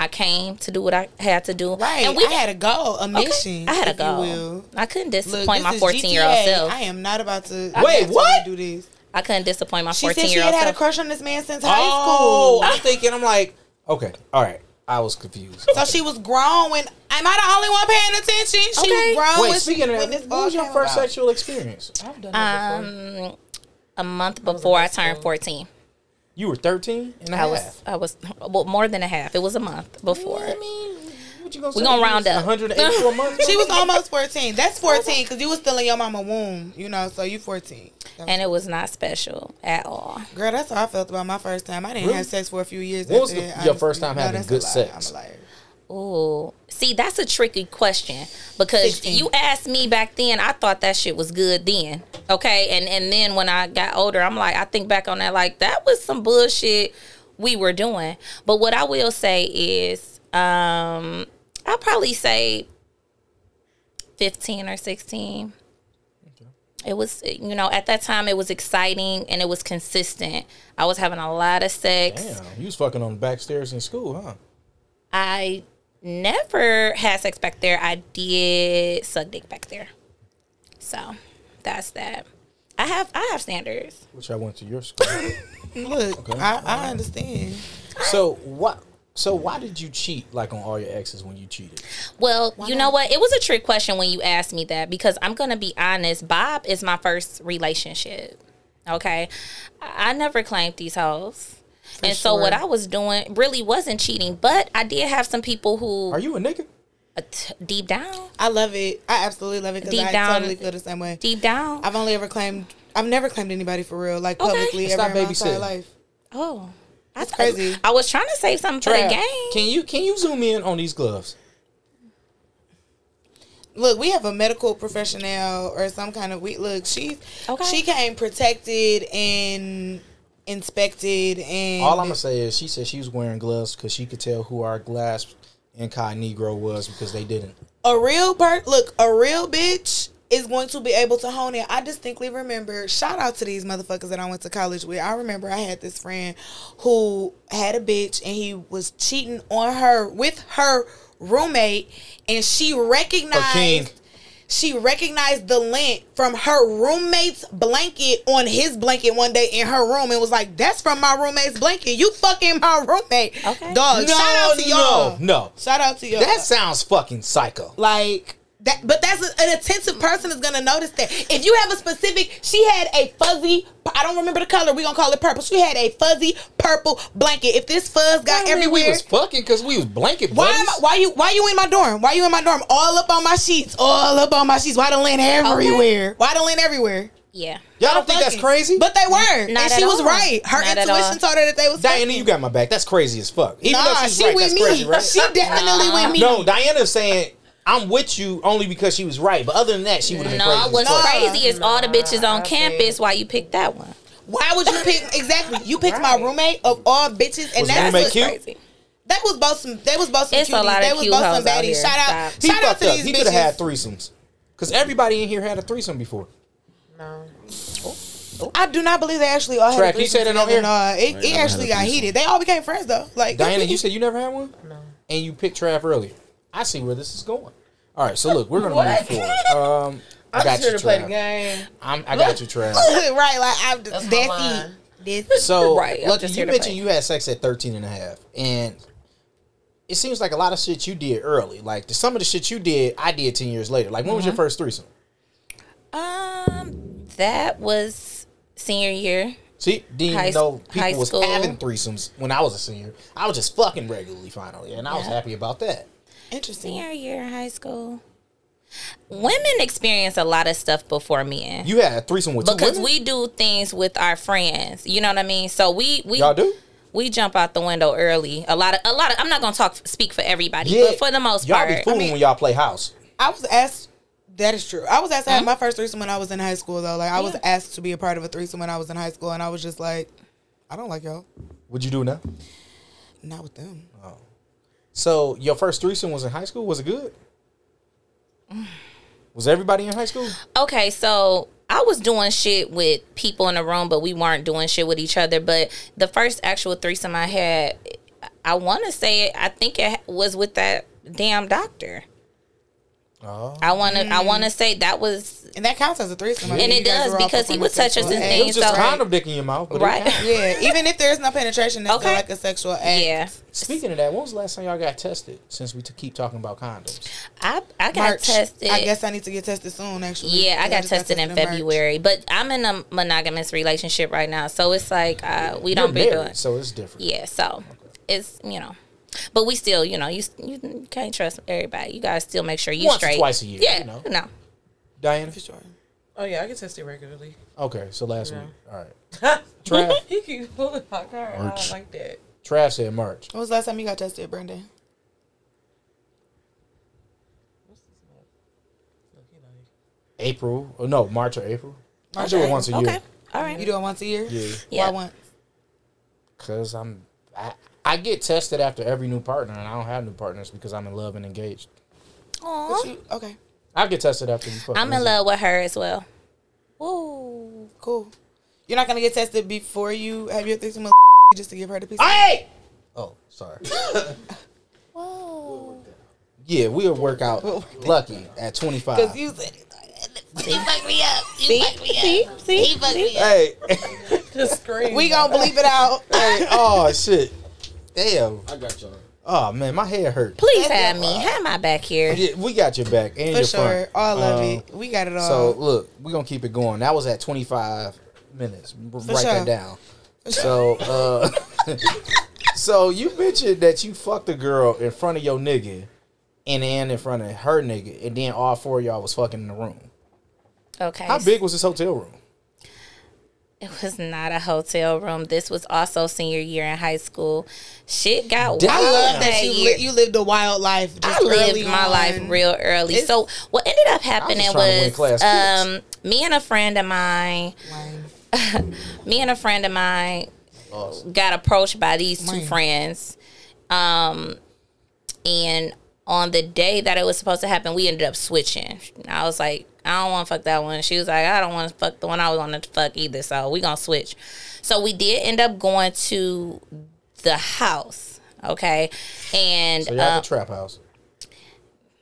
Speaker 4: I came to do what I had to do.
Speaker 2: Right.
Speaker 4: And we
Speaker 2: I had a goal, a
Speaker 4: Okay.
Speaker 2: mission.
Speaker 4: I had a
Speaker 2: if you
Speaker 4: goal.
Speaker 2: will.
Speaker 4: I couldn't
Speaker 2: Look,
Speaker 4: disappoint
Speaker 2: this
Speaker 4: my
Speaker 2: is
Speaker 4: 14 year old
Speaker 2: GTA.
Speaker 4: self.
Speaker 2: I
Speaker 4: I,
Speaker 2: am not about to.
Speaker 1: Wait,
Speaker 2: I'm not
Speaker 1: what?
Speaker 2: Do this.
Speaker 4: couldn't disappoint my
Speaker 2: She
Speaker 4: 14
Speaker 2: said she
Speaker 4: year
Speaker 2: had
Speaker 4: old
Speaker 2: had a
Speaker 4: self.
Speaker 2: crush on this man since
Speaker 1: Oh,
Speaker 2: high
Speaker 1: I'm
Speaker 2: school.
Speaker 1: thinking. I'm like, okay, all right. I was confused.
Speaker 2: So she was grown when. Am I the only one paying attention? She
Speaker 4: Okay.
Speaker 2: was grown
Speaker 1: Wait,
Speaker 2: when, she,
Speaker 1: speaking of that,
Speaker 2: when this
Speaker 1: what
Speaker 2: all
Speaker 1: was your
Speaker 2: came
Speaker 1: first
Speaker 2: about.
Speaker 1: sexual experience?
Speaker 5: I've done that before.
Speaker 4: Um, a month before I turned 14.
Speaker 1: You were 13 and a
Speaker 4: I was,
Speaker 1: half.
Speaker 4: I was, well, more than a half. It was a month before.
Speaker 1: I mean, what you gonna
Speaker 4: We
Speaker 1: say?
Speaker 4: gonna
Speaker 1: You
Speaker 4: round
Speaker 1: was
Speaker 4: up.
Speaker 1: 184 months.
Speaker 2: She was almost 14. That's 14 because you was still in your mama womb, you know, so you 14.
Speaker 4: And it was not special at all.
Speaker 2: Girl, that's how I felt about my first time. I didn't
Speaker 1: Really?
Speaker 2: have sex for a few years.
Speaker 1: When was
Speaker 2: after
Speaker 1: the-
Speaker 2: that,
Speaker 1: your first
Speaker 2: honestly.
Speaker 1: time having
Speaker 2: that's
Speaker 1: good
Speaker 2: a lie.
Speaker 1: sex?
Speaker 2: I'm a liar.
Speaker 4: Ooh, see, that's a tricky question because
Speaker 2: 16.
Speaker 4: you asked me back then. I thought that shit was good then. Okay, and and then when I got older, I'm like, I think back on that, like that was some bullshit we were doing. But what I will say is, um, I'll probably say fifteen or sixteen. It was, you know, at that time it was exciting and it was consistent. I was having a lot of sex.
Speaker 1: Damn, you was fucking on the back stairs in school, huh?
Speaker 4: I never had sex back there. I did suck dick back there. So that's that. I have I have standards.
Speaker 1: Which I went to your school.
Speaker 2: Look, I, I understand.
Speaker 1: so what? So why did you cheat like on all your exes when you cheated?
Speaker 4: Well, you know what? It was a trick question when you asked me that because I'm gonna be honest. Bob is my first relationship. Okay, I I never claimed these hoes. and so
Speaker 2: sure.
Speaker 4: what I was doing really wasn't cheating, but I did have some people who
Speaker 1: Are you a nigga?
Speaker 4: uh, t- deep down,
Speaker 2: I love it. I absolutely love it because
Speaker 4: Deep
Speaker 2: I
Speaker 4: down-
Speaker 2: totally feel the same way.
Speaker 4: deep down.
Speaker 2: I've only ever claimed. I've never claimed anybody for real, like
Speaker 4: Okay.
Speaker 2: publicly,
Speaker 1: It's
Speaker 2: ever
Speaker 1: not
Speaker 2: in my entire
Speaker 1: babysitting.
Speaker 2: life.
Speaker 4: oh, that's
Speaker 2: crazy.
Speaker 4: I was trying to save something for the
Speaker 1: Trav,
Speaker 4: game.
Speaker 1: Can you can you zoom in on these gloves?
Speaker 2: Look, we have a medical professional or some kind of. We look, she's
Speaker 4: Okay.
Speaker 2: she came protected and inspected and
Speaker 1: All I'm gonna say is she said she was wearing gloves because she could tell who our glass incognito was because they didn't.
Speaker 2: a real per look a real bitch is going to be able to hone it. I distinctly remember. Shout out to these motherfuckers that I went to college with. I remember I had this friend who had a bitch and he was cheating on her with her roommate, and she
Speaker 1: Or King,
Speaker 2: recognized she recognized the lint from her roommate's blanket on his blanket one day in her room and was like, That's from my roommate's blanket. You fucking my roommate.
Speaker 4: Okay.
Speaker 2: Dog,
Speaker 1: No,
Speaker 2: shout out to
Speaker 1: no,
Speaker 2: y'all.
Speaker 1: no.
Speaker 2: Shout out to y'all.
Speaker 1: that sounds fucking psycho.
Speaker 2: like that but that's a, an attentive person is gonna notice that if you have a specific she had a fuzzy i don't remember the color we gonna call it purple she had a fuzzy purple blanket if this fuzz
Speaker 1: I
Speaker 2: got
Speaker 1: mean, we
Speaker 2: everywhere
Speaker 1: was fucking because we was blanket
Speaker 2: why
Speaker 1: buddies.
Speaker 2: am I, why you why you in my dorm why you in my dorm all up on my sheets all up on my sheets why the lint everywhere why the lint everywhere
Speaker 4: Yeah.
Speaker 1: Y'all don't think that's
Speaker 2: Fucking-
Speaker 1: crazy?
Speaker 2: but they were
Speaker 4: Not
Speaker 2: and she
Speaker 4: at
Speaker 2: was
Speaker 4: all.
Speaker 2: right her
Speaker 4: Not at
Speaker 2: intuition
Speaker 4: all.
Speaker 2: told her that they was
Speaker 1: Diana,
Speaker 2: fucking.
Speaker 1: you got my back. That's crazy as fuck. Even
Speaker 2: nah
Speaker 1: though she's
Speaker 2: she
Speaker 1: right,
Speaker 2: with
Speaker 1: that's
Speaker 2: me
Speaker 1: crazy, right?
Speaker 2: she definitely with me
Speaker 1: No, Diana's saying I'm with you only because she was right. But other than that, she would have been
Speaker 4: No,
Speaker 1: crazy. as
Speaker 4: what's
Speaker 1: fuck.
Speaker 4: crazy is all the bitches on
Speaker 5: Nah,
Speaker 4: campus. Why you picked that one?
Speaker 2: why would you pick exactly you picked
Speaker 5: Right.
Speaker 2: my roommate of all bitches and
Speaker 1: Was
Speaker 2: that's
Speaker 1: roommate
Speaker 2: what-
Speaker 1: cute?
Speaker 2: They was both some. They was both some
Speaker 4: It's a
Speaker 2: cuties.
Speaker 4: lot of
Speaker 2: they was
Speaker 4: cute
Speaker 2: both
Speaker 4: hoes
Speaker 2: some
Speaker 4: out
Speaker 2: baddies.
Speaker 4: here.
Speaker 2: Shout out,
Speaker 4: Stop.
Speaker 1: He
Speaker 2: should shout out
Speaker 1: fucked
Speaker 2: to
Speaker 1: up.
Speaker 2: these
Speaker 1: He could
Speaker 2: bitches.
Speaker 1: have had threesomes because everybody in here had a threesome before.
Speaker 5: No.
Speaker 2: I do not believe they actually all had.
Speaker 1: Track, you
Speaker 2: threesomes
Speaker 1: said it on
Speaker 2: together.
Speaker 1: here?
Speaker 2: No, uh, it,
Speaker 3: Right,
Speaker 2: it
Speaker 3: I had
Speaker 2: actually
Speaker 3: a
Speaker 2: got
Speaker 3: threesome.
Speaker 2: heated. They all became friends though. Like
Speaker 1: Diana, you said you never had one,
Speaker 5: No.
Speaker 1: and you picked Trav early. I see where this is going. All right, so look, we're gonna
Speaker 5: What?
Speaker 1: move forward. Um, I got
Speaker 5: I'm just
Speaker 1: you,
Speaker 5: here to play the
Speaker 1: Trav.
Speaker 5: game.
Speaker 1: I'm, I got you, Trav.
Speaker 2: right. Like I'm
Speaker 5: That's
Speaker 2: that's,
Speaker 5: my
Speaker 2: that's
Speaker 5: line.
Speaker 2: it. That's
Speaker 1: So,
Speaker 4: Right, I'm
Speaker 1: Lucky,
Speaker 4: just
Speaker 1: you
Speaker 4: here to
Speaker 1: mentioned
Speaker 4: play.
Speaker 1: you had sex at 13 and a half, and it seems like a lot of shit you did early. Like, the, some of the shit you did, I did 10 years later. Like, when was your first threesome?
Speaker 4: Um, that was senior year.
Speaker 1: See, didn't
Speaker 4: High
Speaker 1: even know
Speaker 4: s- high
Speaker 1: people was
Speaker 4: school.
Speaker 1: having threesomes when I was a senior. I was just fucking regularly finally, and I was
Speaker 4: Yeah.
Speaker 1: happy about that.
Speaker 2: interesting.
Speaker 4: Senior year in high school. Women experience a lot of stuff before men
Speaker 1: You had a threesome with two
Speaker 4: because
Speaker 1: women?
Speaker 4: we do things with our friends. You know what I mean? So we we
Speaker 1: Y'all do?
Speaker 4: we jump out the window early. A lot of a lot of. I'm not gonna talk speak for everybody,
Speaker 1: Yeah.
Speaker 4: but for the most
Speaker 1: Y'all
Speaker 4: part,
Speaker 1: be fooling
Speaker 2: mean-
Speaker 1: when y'all play house.
Speaker 2: I was asked. That is true. I was asked to have my first threesome when I was in high school though. Like I was asked to be a part of a threesome when I was in high school, and I was just like, I don't like y'all.
Speaker 1: What'd you do now?
Speaker 2: Not with them.
Speaker 1: So, your first threesome was in high school? Was it good? Was everybody in high school?
Speaker 4: okay, so I was doing shit with people in the room, but we weren't doing shit with each other. But the first actual threesome I had, I want to say it. I think it was with that damn doctor.
Speaker 1: Oh.
Speaker 4: I want to. I want to say that was
Speaker 2: And that counts as a threesome. I mean,
Speaker 4: And it
Speaker 2: you guys
Speaker 4: does,
Speaker 2: were all
Speaker 4: because he
Speaker 2: performing
Speaker 4: would touch
Speaker 2: sexual
Speaker 4: us and
Speaker 2: acts.
Speaker 1: It was just
Speaker 4: so-
Speaker 1: condom dick in your mouth. But it
Speaker 4: right.
Speaker 1: counted.
Speaker 2: Yeah, even if there's no penetration, it's still
Speaker 4: Okay.
Speaker 2: like a sexual act.
Speaker 4: Yeah,
Speaker 1: Speaking of that, when was the last time y'all got tested? Since we t- keep talking about condoms,
Speaker 4: I I got
Speaker 2: March.
Speaker 4: tested.
Speaker 2: I guess I need to get tested soon. Actually,
Speaker 4: yeah, I got
Speaker 2: just
Speaker 4: tested in
Speaker 2: March.
Speaker 4: February, but I'm in a monogamous relationship right now, so it's like uh, we don't
Speaker 1: You're
Speaker 4: be
Speaker 1: married,
Speaker 4: doing.
Speaker 1: so it's different.
Speaker 4: Yeah, so it's you know, but we still you know you you can't trust everybody. You guys still make sure you
Speaker 1: Once or
Speaker 4: straight
Speaker 1: twice a year,
Speaker 4: Yeah,
Speaker 1: you know.
Speaker 4: no,
Speaker 1: Diana.
Speaker 2: For sure.
Speaker 5: Oh yeah, I get tested regularly.
Speaker 1: Okay, so last
Speaker 5: Yeah.
Speaker 1: week. All right. Trav.
Speaker 5: he keep pulling my car. I
Speaker 3: Ouch.
Speaker 5: don't like that.
Speaker 1: Trav said March.
Speaker 2: When was the last time you got tested, Brandon?
Speaker 1: April. Or no, March or April. I do it
Speaker 4: Okay.
Speaker 1: once a
Speaker 4: Okay.
Speaker 1: year.
Speaker 4: All right.
Speaker 2: You do it once a year.
Speaker 1: Yeah.
Speaker 4: Yeah.
Speaker 2: Why once?
Speaker 1: Cause I'm I, I get tested after every new partner and I don't have new partners because I'm in love and engaged.
Speaker 4: Aw.
Speaker 2: But you- okay.
Speaker 1: I get tested after you fuck
Speaker 4: I'm in
Speaker 1: Lizzo.
Speaker 4: love with her as well. Woo.
Speaker 2: Cool. You're not gonna get tested before you have your threesome with just to give her the piece.
Speaker 1: Hey! Oh, sorry.
Speaker 4: Whoa.
Speaker 1: Yeah, we'll work out lucky at twenty
Speaker 2: Because
Speaker 1: five.
Speaker 2: you said it.
Speaker 4: See? See? See? See?
Speaker 1: Hey,
Speaker 5: Just scream.
Speaker 2: we gonna bleep it out.
Speaker 1: hey, oh shit. Damn.
Speaker 3: I got y'all.
Speaker 1: Oh man, my head hurt.
Speaker 4: Please have me. Have my back here.
Speaker 1: Yeah, we got your back and
Speaker 2: For
Speaker 1: your
Speaker 2: sure.
Speaker 1: front.
Speaker 2: All of
Speaker 1: Um,
Speaker 2: it. We got it all.
Speaker 4: Uh,
Speaker 1: So look, we're gonna keep it going. That was at twenty five minutes. R- Write
Speaker 2: sure.
Speaker 1: that down. So uh so you mentioned that you fucked a girl in front of your nigga and then in front of her nigga and then all four of y'all was fucking in the room.
Speaker 4: Okay.
Speaker 1: How big was this hotel room?
Speaker 4: It was not a hotel room. This was also senior year in high school. Shit got
Speaker 1: Damn.
Speaker 4: wild
Speaker 1: I love
Speaker 4: that,
Speaker 2: that you,
Speaker 4: year.
Speaker 2: li- you lived a wild life. Just
Speaker 4: I lived
Speaker 2: early
Speaker 4: my
Speaker 2: on.
Speaker 4: life real early. so what ended up happening
Speaker 1: just trying to win
Speaker 4: was
Speaker 1: class
Speaker 4: um, me and a friend of mine.
Speaker 2: Lame.
Speaker 4: Me and a friend of mine got approached by these two
Speaker 2: Man.
Speaker 4: friends, um, and on the day that it was supposed to happen, we ended up switching. I was like, I don't want to fuck that one. She was like, I don't want to fuck the one I was going to fuck either. So we gonna switch. So we did end up going to the house. Okay, and
Speaker 1: So y'all at
Speaker 4: um,
Speaker 1: the trap house.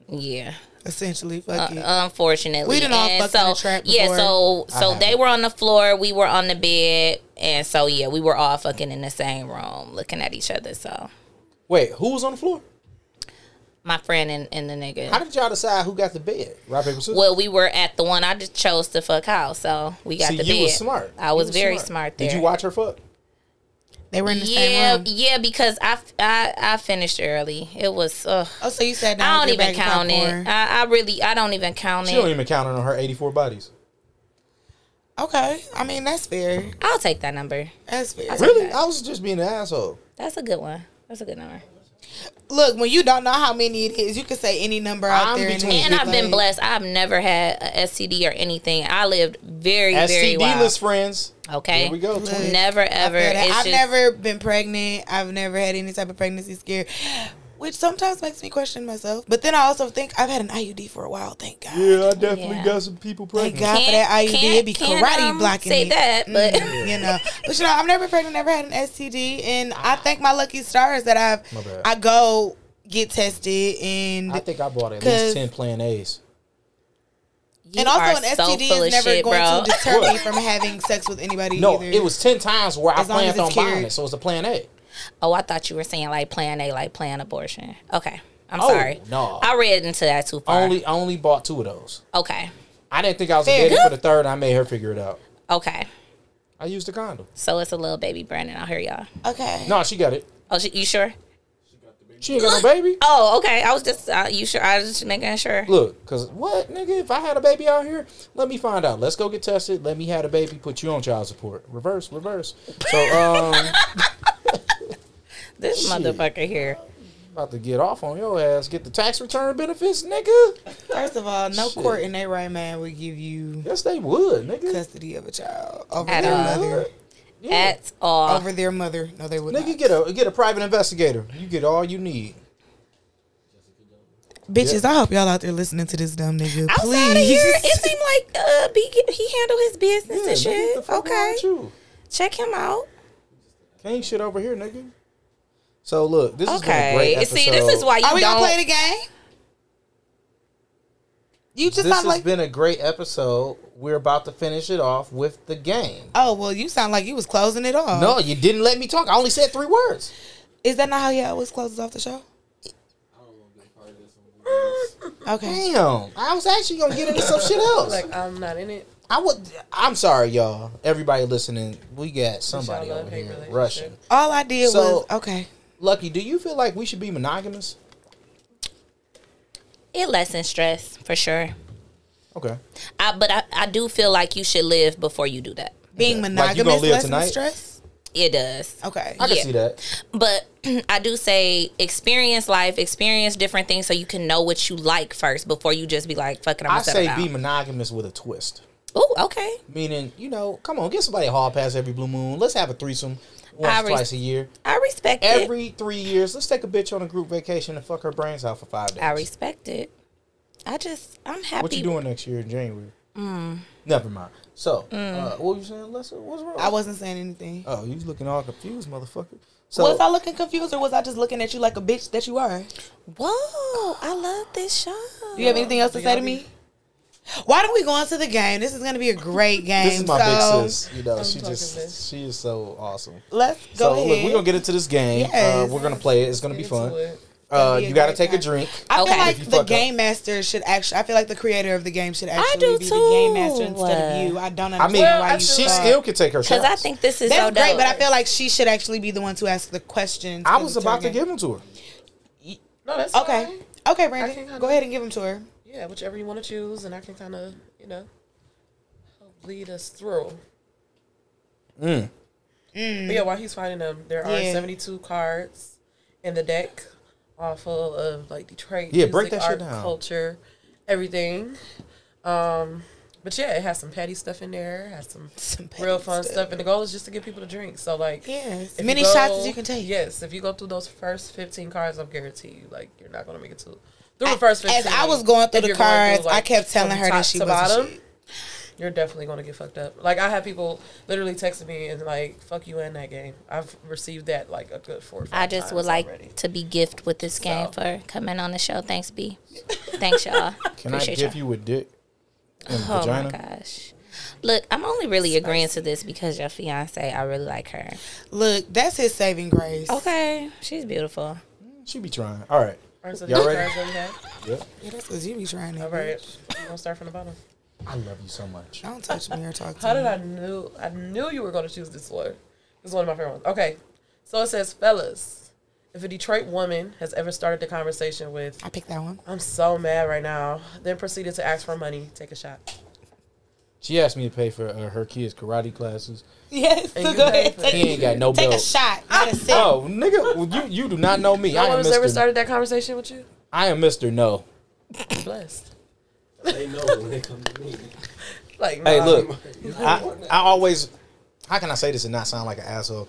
Speaker 4: yeah,
Speaker 2: Essentially,
Speaker 4: Uh,
Speaker 2: fuck it.
Speaker 4: unfortunately.
Speaker 2: We done all
Speaker 4: And
Speaker 2: fucked in the trap
Speaker 4: Yeah,
Speaker 2: before.
Speaker 4: so
Speaker 1: I
Speaker 4: so
Speaker 1: have
Speaker 4: they
Speaker 1: it.
Speaker 4: were on the floor, we were on the bed, and so yeah, we were all fucking in the same room looking at each other. So
Speaker 1: Wait, who was on the floor?
Speaker 4: my friend and, and the nigga.
Speaker 1: How did y'all decide who got the bed? Rock, paper, scissors?
Speaker 4: well, we were at the one I just chose to fuck house, so we got
Speaker 1: See,
Speaker 4: the
Speaker 1: you
Speaker 4: bed.
Speaker 1: was smart.
Speaker 4: I
Speaker 1: You
Speaker 4: was
Speaker 1: was
Speaker 4: very smart there.
Speaker 1: Did you watch her fuck?
Speaker 2: they were in the
Speaker 4: yeah,
Speaker 2: same room.
Speaker 4: yeah, because I, I I finished early. It was ugh.
Speaker 2: Oh, so you sat down.
Speaker 4: I don't
Speaker 2: with your
Speaker 4: even
Speaker 2: bag of
Speaker 4: count it.
Speaker 2: popcorn.
Speaker 4: I, I really I don't even count
Speaker 1: She
Speaker 4: it.
Speaker 1: don't even count on her eighty four bodies.
Speaker 2: Okay. I mean, that's fair.
Speaker 4: I'll take that number.
Speaker 2: That's fair.
Speaker 1: Really? I was just being an asshole.
Speaker 4: That's a good one. That's a good number.
Speaker 2: Look, when you don't know how many it is, you can say any number out
Speaker 1: I'm
Speaker 2: there.
Speaker 1: between-
Speaker 4: And
Speaker 2: it's
Speaker 4: I've been
Speaker 2: like-
Speaker 4: blessed. I've never had a STD or anything. I lived very, very
Speaker 1: STD
Speaker 4: wild.
Speaker 1: list friends.
Speaker 4: okay.
Speaker 1: Here we go. 20.
Speaker 4: Never
Speaker 2: I
Speaker 4: ever.
Speaker 2: feel that.
Speaker 4: It's
Speaker 2: I've
Speaker 4: just-
Speaker 2: never been pregnant. I've never had any type of pregnancy scare, which sometimes makes me question myself. But then I also think I've had an IUD for a while. Thank God.
Speaker 1: Yeah, I definitely
Speaker 4: Yeah.
Speaker 1: got some people pregnant.
Speaker 2: Thank God for that
Speaker 4: Can't-
Speaker 2: IUD. It'd be
Speaker 4: can't-
Speaker 2: karate
Speaker 4: can't, um,
Speaker 2: blocking.
Speaker 4: say
Speaker 2: it.
Speaker 4: that, but-
Speaker 2: Mm, you know. But you know, I've never pregnant, never had an STD, and I thank my lucky stars that I've
Speaker 1: My bad.
Speaker 2: I go get tested and
Speaker 1: I think I bought at
Speaker 2: 'Cause-
Speaker 1: least ten Plan A's.
Speaker 4: You
Speaker 2: and also
Speaker 4: are
Speaker 2: an STD
Speaker 4: so full
Speaker 2: is
Speaker 4: of
Speaker 2: never
Speaker 4: shit,
Speaker 2: going
Speaker 4: bro.
Speaker 2: to deter me
Speaker 1: What?
Speaker 2: from having sex with anybody.
Speaker 1: No,
Speaker 2: either.
Speaker 1: it was ten times where
Speaker 2: As
Speaker 1: I
Speaker 2: long as
Speaker 1: planned on
Speaker 2: it's
Speaker 1: buying
Speaker 2: cured.
Speaker 1: it, so it's a Plan A.
Speaker 4: oh, I thought you were saying like plan A, like plan abortion. Okay. I'm
Speaker 1: Oh,
Speaker 4: sorry.
Speaker 1: no.
Speaker 4: I read into that too far.
Speaker 1: Only, I only bought two of those.
Speaker 4: okay.
Speaker 1: I didn't think I was a
Speaker 2: Fair.
Speaker 1: daddy for the third. and I made her figure it out.
Speaker 4: Okay.
Speaker 1: I used a condom.
Speaker 4: So it's a little baby Brandon out here, y'all.
Speaker 2: okay.
Speaker 1: No, she got it.
Speaker 4: Oh, sh- you sure?
Speaker 1: She ain't got no baby.
Speaker 4: Oh, okay. I was just, uh, you sure? I was just making sure.
Speaker 1: Look, cause what nigga? If I had a baby out here, let me find out. Let's go get tested. Let me have a baby. Put you on child support. Reverse, reverse. So um,
Speaker 4: This
Speaker 1: Shit.
Speaker 4: motherfucker here.
Speaker 1: about to get off on your ass. Get the tax return benefits, nigga.
Speaker 2: First of all, no
Speaker 1: Shit.
Speaker 2: court in their right mind would give you
Speaker 1: Yes, they would, nigga.
Speaker 2: custody of a child over
Speaker 4: At
Speaker 2: their
Speaker 4: all.
Speaker 2: mother.
Speaker 1: Yeah. Uh,
Speaker 4: At all.
Speaker 2: Over their mother. No, they would not.
Speaker 1: Nigga, get a get a private investigator. You get all you need.
Speaker 2: Bitches, I hope y'all out there listening to this dumb nigga.
Speaker 4: outside
Speaker 2: Please.
Speaker 4: of here, it seemed like uh, be, he handled his business
Speaker 1: Yeah,
Speaker 4: and
Speaker 1: nigga, the
Speaker 4: shit.
Speaker 1: fuck wrong
Speaker 4: Okay,
Speaker 1: with you?
Speaker 4: check him out.
Speaker 1: King shit over here, nigga. So look, this is a great
Speaker 4: Okay,
Speaker 1: episode.
Speaker 4: see, this is why you
Speaker 2: Are we
Speaker 4: don't.
Speaker 2: gonna play the game? You just
Speaker 1: this has
Speaker 2: sound like
Speaker 1: been a great episode. We're about to finish it off with the game.
Speaker 2: Oh well, you sound like you was closing it off.
Speaker 1: No, you didn't let me talk. I only said three words.
Speaker 2: is that not how you always closes off the show?
Speaker 3: I don't want to be a part of this one.
Speaker 2: Okay,
Speaker 1: Damn, I was actually gonna get into some shit else.
Speaker 5: Like I'm not in it.
Speaker 1: I would. I'm sorry, y'all. Everybody listening, we got somebody
Speaker 5: love
Speaker 1: over
Speaker 5: hate
Speaker 1: here
Speaker 5: relationship.
Speaker 1: rushing.
Speaker 2: all I did
Speaker 1: So-
Speaker 2: was okay.
Speaker 1: Lucky, do you feel like we should be monogamous?
Speaker 4: It lessens stress for sure.
Speaker 1: Okay.
Speaker 4: I, but I, I do feel like you should live before you do that.
Speaker 2: Being
Speaker 1: Like, you gonna
Speaker 2: monogamous
Speaker 1: live
Speaker 2: lessens
Speaker 1: tonight?
Speaker 2: stress.
Speaker 4: It does.
Speaker 2: Okay.
Speaker 1: I can
Speaker 4: Yeah.
Speaker 1: see that.
Speaker 4: But I do say experience life, experience different things so you can know what you like first before you just be like, fuck it, I'm
Speaker 1: I
Speaker 4: gonna
Speaker 1: say
Speaker 4: say out.
Speaker 1: be monogamous with a twist.
Speaker 4: Ooh, okay.
Speaker 1: Meaning, you know, come on, get somebody a hall pass every blue moon. Let's have a threesome once,
Speaker 4: I res-
Speaker 1: twice a year.
Speaker 4: I respect it.
Speaker 1: Every three years, let's take a bitch on a group vacation and fuck her brains out for five days.
Speaker 4: I respect it. I just I'm happy.
Speaker 1: What you doing next year in January? Never mind. So, uh, what were you saying, Lessa? What's wrong?
Speaker 2: I wasn't saying anything.
Speaker 1: Oh, you was looking all confused, motherfucker. So,
Speaker 2: was I looking confused or was I just looking at you like a bitch that you are?
Speaker 4: Whoa, I love this show.
Speaker 2: Do you have anything else to say to me? Why don't we go on to the game? This is going to be a great game.
Speaker 1: this is my
Speaker 2: so
Speaker 1: big sis. You know, she
Speaker 5: talking
Speaker 1: just
Speaker 5: this.
Speaker 1: she is so awesome.
Speaker 2: Let's
Speaker 1: so
Speaker 2: go ahead.
Speaker 1: look, we're gonna get into this game. Uh,
Speaker 2: Yes.
Speaker 1: we're gonna play it. It's gonna be
Speaker 5: Into
Speaker 1: fun.
Speaker 5: it.
Speaker 1: Uh,
Speaker 2: It'll be a
Speaker 1: you gotta
Speaker 2: great
Speaker 1: take a
Speaker 2: time.
Speaker 1: drink.
Speaker 2: I
Speaker 4: Okay.
Speaker 1: If
Speaker 2: feel
Speaker 1: you
Speaker 2: like the
Speaker 1: fuck up.
Speaker 2: game master should actually. I feel like the creator of the game should actually
Speaker 4: do
Speaker 2: be the game
Speaker 4: too.
Speaker 2: master instead of you. I don't
Speaker 1: I
Speaker 2: understand
Speaker 1: mean,
Speaker 2: why you.
Speaker 1: she
Speaker 2: thought-
Speaker 1: still could take her shots.
Speaker 4: Because I think this is
Speaker 2: that's
Speaker 4: so dope.
Speaker 2: great, but I feel like she should actually be the one to ask the questions.
Speaker 1: I
Speaker 2: for
Speaker 1: was
Speaker 2: the
Speaker 1: about to
Speaker 2: target.
Speaker 1: give them to her.
Speaker 5: No, that's
Speaker 2: Okay,
Speaker 5: fine.
Speaker 2: okay,
Speaker 5: I can
Speaker 2: Brandon,
Speaker 5: handle
Speaker 2: go ahead and give them to her.
Speaker 5: Yeah, whichever you want to choose, and I can kind of, you know, help lead us through.
Speaker 1: Mm.
Speaker 5: But yeah, while he's finding them, there are
Speaker 2: Yeah.
Speaker 5: 72 cards in the deck, all full of like Detroit
Speaker 1: Yeah,
Speaker 5: music,
Speaker 1: break that shit
Speaker 5: art,
Speaker 1: down.
Speaker 5: culture, everything. Um, but yeah, it has some petty stuff in there, it has some
Speaker 2: Some
Speaker 5: real
Speaker 2: petty
Speaker 5: fun stuff. and the goal is just to get people to drink. So like,
Speaker 2: Yes.
Speaker 5: if
Speaker 2: Many
Speaker 5: you
Speaker 2: shots as you can take.
Speaker 5: Yes, if you go through those first 15 cards, I'm guarantee you, like, you're not gonna make it to through the first. 15,
Speaker 2: As I was going through
Speaker 5: if
Speaker 2: the
Speaker 5: you're going
Speaker 2: cards, I
Speaker 5: like,
Speaker 2: kept telling
Speaker 5: from
Speaker 2: her
Speaker 5: top
Speaker 2: that she
Speaker 5: to
Speaker 2: was
Speaker 5: bottom, You're definitely gonna get fucked up. Like I have people literally texting me and like, "Fuck you in that game." I've received that like a good four. or
Speaker 4: I
Speaker 5: five
Speaker 4: just would
Speaker 5: times
Speaker 4: like
Speaker 5: already.
Speaker 4: to be gift with this game
Speaker 5: So.
Speaker 4: for coming on the show. Thanks, B. Thanks, y'all.
Speaker 1: Can
Speaker 4: Appreciate
Speaker 1: I give
Speaker 4: y'all.
Speaker 1: you a dick and
Speaker 4: Oh
Speaker 1: vagina?
Speaker 4: my gosh. Look, I'm only really agreeing to this because your fiance, I really like her.
Speaker 2: Look, that's his saving grace.
Speaker 4: Oh. Okay, she's beautiful.
Speaker 1: She be trying. All right.
Speaker 5: All right, so
Speaker 1: Y'all
Speaker 5: these
Speaker 1: ready?
Speaker 5: cards that we have.
Speaker 1: Yep.
Speaker 2: Yeah, that's because you be trying to.
Speaker 5: All right, we're gonna start from the bottom.
Speaker 1: I love you so much.
Speaker 2: Don't touch me or talk to
Speaker 5: How
Speaker 2: me.
Speaker 5: did I knew I knew you were gonna choose this one? This is one of my favorite ones. Okay, so it says, "Fellas, if a Detroit woman has ever started the conversation with
Speaker 2: I picked that one.
Speaker 5: I'm so mad right now," then proceeded to ask for money, take a shot.
Speaker 1: She asked me to pay for uh, her kids' karate classes.
Speaker 2: Yes,
Speaker 5: And
Speaker 2: so
Speaker 5: you
Speaker 2: go
Speaker 5: have
Speaker 2: ahead.
Speaker 5: it.
Speaker 1: He
Speaker 2: Take,
Speaker 1: ain't got no
Speaker 2: take a
Speaker 1: belt.
Speaker 2: shot.
Speaker 5: Ah,
Speaker 2: Not a sip.
Speaker 1: Oh, nigga, well, you you do not know me.
Speaker 5: No
Speaker 1: I
Speaker 5: one
Speaker 1: am
Speaker 5: has ever
Speaker 1: Mister.
Speaker 5: started that conversation with you.
Speaker 1: I am Mister. No.
Speaker 5: Blessed.
Speaker 3: They know when they come to me.
Speaker 5: Like,
Speaker 1: Hey,
Speaker 5: nah.
Speaker 1: look, I, I always, how can I say this and not sound like an asshole?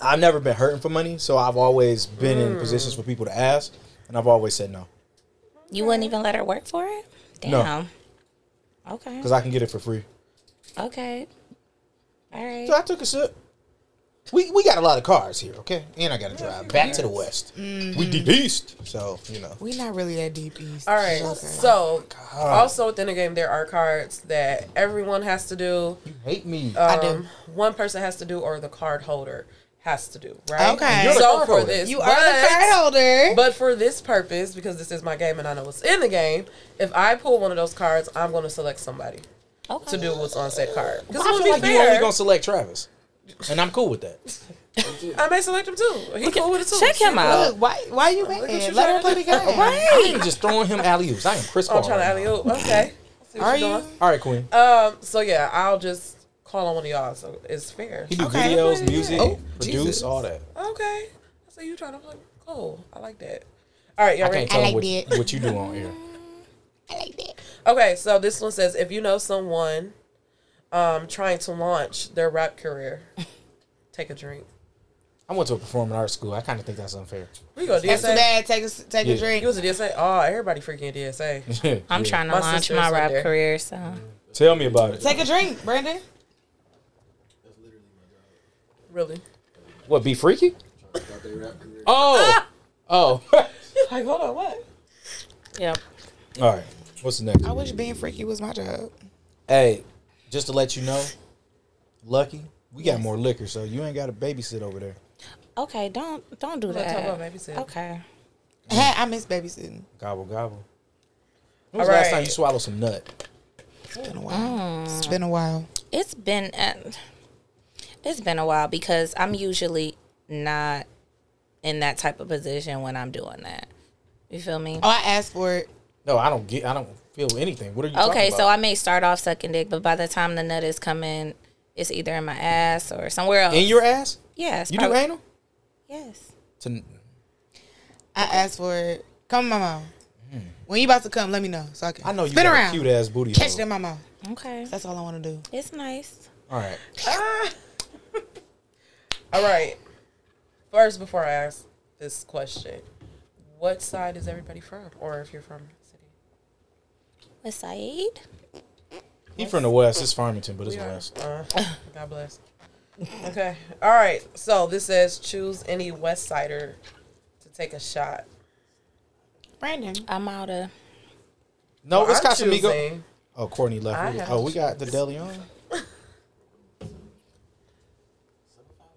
Speaker 1: I've never been hurting for money, so I've always been in positions for people to ask, and I've always said no
Speaker 4: You wouldn't even let her work for it? Damn.
Speaker 1: No.
Speaker 4: Okay.
Speaker 1: because I can get it for free.
Speaker 4: Okay. All right.
Speaker 1: So I took a sip. We we got a lot of cars here, okay, and I got to drive back to the west.
Speaker 5: Mm-hmm.
Speaker 1: We deep east, so you know.
Speaker 2: We not really that deep east.
Speaker 5: All right.
Speaker 2: Okay.
Speaker 5: So,
Speaker 1: God.
Speaker 5: also within the game, there are cards that everyone has to do.
Speaker 1: Hate me.
Speaker 5: Um,
Speaker 2: do.
Speaker 5: One person has to do, or the card holder has to do. Right.
Speaker 2: Okay. You're the
Speaker 5: so
Speaker 1: card
Speaker 5: for
Speaker 1: holder.
Speaker 5: this,
Speaker 2: you are the
Speaker 5: but-
Speaker 2: card holder.
Speaker 5: But for this purpose, because this is my game and I know what's in the game, if I pull one of those cards, I'm going to select somebody
Speaker 4: Okay.
Speaker 5: to do what's on said card. Because
Speaker 1: I
Speaker 5: to
Speaker 1: feel
Speaker 5: be
Speaker 1: like you only
Speaker 5: fair,
Speaker 1: gonna select Travis, and I'm cool with that.
Speaker 5: I may select him too. He cool with it too.
Speaker 4: Check him out.
Speaker 2: Look, why why you mad?
Speaker 5: Look at you
Speaker 2: Let her play
Speaker 5: trying
Speaker 2: the
Speaker 5: to-
Speaker 2: game.
Speaker 1: I am just throwing him alley oops. I am Chris
Speaker 5: Oh, I'm
Speaker 1: Paul.
Speaker 5: trying to
Speaker 1: right
Speaker 5: alley
Speaker 1: now.
Speaker 5: oop. Okay. See what
Speaker 2: Are
Speaker 5: you're
Speaker 2: you?
Speaker 5: doing.
Speaker 1: All right, Queen.
Speaker 5: Um. So yeah, I'll just call on one of y'all. So it's fair.
Speaker 1: He do
Speaker 2: Okay.
Speaker 1: videos, music,
Speaker 5: Oh,
Speaker 1: produce,
Speaker 5: Jesus.
Speaker 1: all that.
Speaker 5: Okay. So you trying to play? Cool. I like that. All right,
Speaker 1: I
Speaker 5: y'all
Speaker 1: can't
Speaker 5: ready?
Speaker 1: tell
Speaker 2: like
Speaker 1: what,
Speaker 2: that.
Speaker 1: what you do on air.
Speaker 2: I like that.
Speaker 5: Okay, so this one says if you know someone um, trying to launch their rap career, take a drink.
Speaker 1: I went to a performing arts school. I kind of think that's unfair.
Speaker 5: We go
Speaker 2: That's too
Speaker 5: DSA.
Speaker 2: bad. Take a take
Speaker 1: Yeah.
Speaker 2: a drink.
Speaker 5: You was a DSA. Oh, everybody freaking DSA.
Speaker 4: I'm
Speaker 1: Yeah.
Speaker 4: trying to
Speaker 5: My
Speaker 4: launch
Speaker 5: sister's
Speaker 4: my
Speaker 5: up
Speaker 4: rap
Speaker 5: there.
Speaker 4: career, so
Speaker 1: Tell me about it.
Speaker 2: Take a drink, Brandon.
Speaker 5: Really?
Speaker 1: What? Be freaky?
Speaker 3: Thought they rap career.
Speaker 1: Oh,
Speaker 5: Ah!
Speaker 1: oh.
Speaker 5: Like, hold on, what?
Speaker 4: yep.
Speaker 1: all right. What's the next?
Speaker 2: I wish being freaky was my job.
Speaker 1: Hey, just to let you know, Lucky, we got more liquor, so you ain't got to babysit over there.
Speaker 4: Okay, don't don't do
Speaker 5: We're gonna talk
Speaker 4: that.
Speaker 5: about babysit.
Speaker 4: Okay.
Speaker 2: I miss babysitting.
Speaker 1: Gobble gobble. When was
Speaker 5: All
Speaker 1: the last time
Speaker 5: right.
Speaker 1: you swallowed some nut?
Speaker 2: It's been a while. It's been a while.
Speaker 4: It's been uh, it's been a while because I'm usually not in that type of position when I'm doing that. You feel me?
Speaker 2: Oh, I asked for it.
Speaker 1: No, I don't get. I don't feel anything. What are you?
Speaker 4: Okay,
Speaker 1: talking
Speaker 4: so
Speaker 1: about?
Speaker 4: I may start off sucking dick, but by the time the nut is coming, It's either in my ass or somewhere else.
Speaker 1: In your ass?
Speaker 4: yeah, it's
Speaker 1: You do
Speaker 4: probably-
Speaker 1: anal?
Speaker 4: Yes.
Speaker 1: To,
Speaker 2: I asked for it. Come in my mouth. When you about to come, let me know so I can.
Speaker 1: Hmm. I know you
Speaker 2: Spin
Speaker 1: got
Speaker 2: around.
Speaker 1: a cute ass booty.
Speaker 2: Catch
Speaker 1: hole.
Speaker 2: it in my mouth.
Speaker 4: Okay.
Speaker 2: That's all I want to do.
Speaker 4: It's nice.
Speaker 1: All right.
Speaker 5: Ah! All right. First, before I ask this question, what side is everybody from, or if you're from the city?
Speaker 4: With Saeed?
Speaker 1: He from the west. It's Farmington, but it's
Speaker 5: We are.
Speaker 1: west.
Speaker 5: Uh, God bless. Okay. All right. So this says choose any West Sider to take a shot.
Speaker 2: Brandon.
Speaker 4: I'm out of.
Speaker 1: No,
Speaker 5: Well,
Speaker 1: Oh, it's
Speaker 5: I'm
Speaker 1: Casamigo.
Speaker 5: choosing-
Speaker 1: Oh, Courtney
Speaker 5: I
Speaker 1: left.
Speaker 5: have
Speaker 1: Oh, we got the deli on.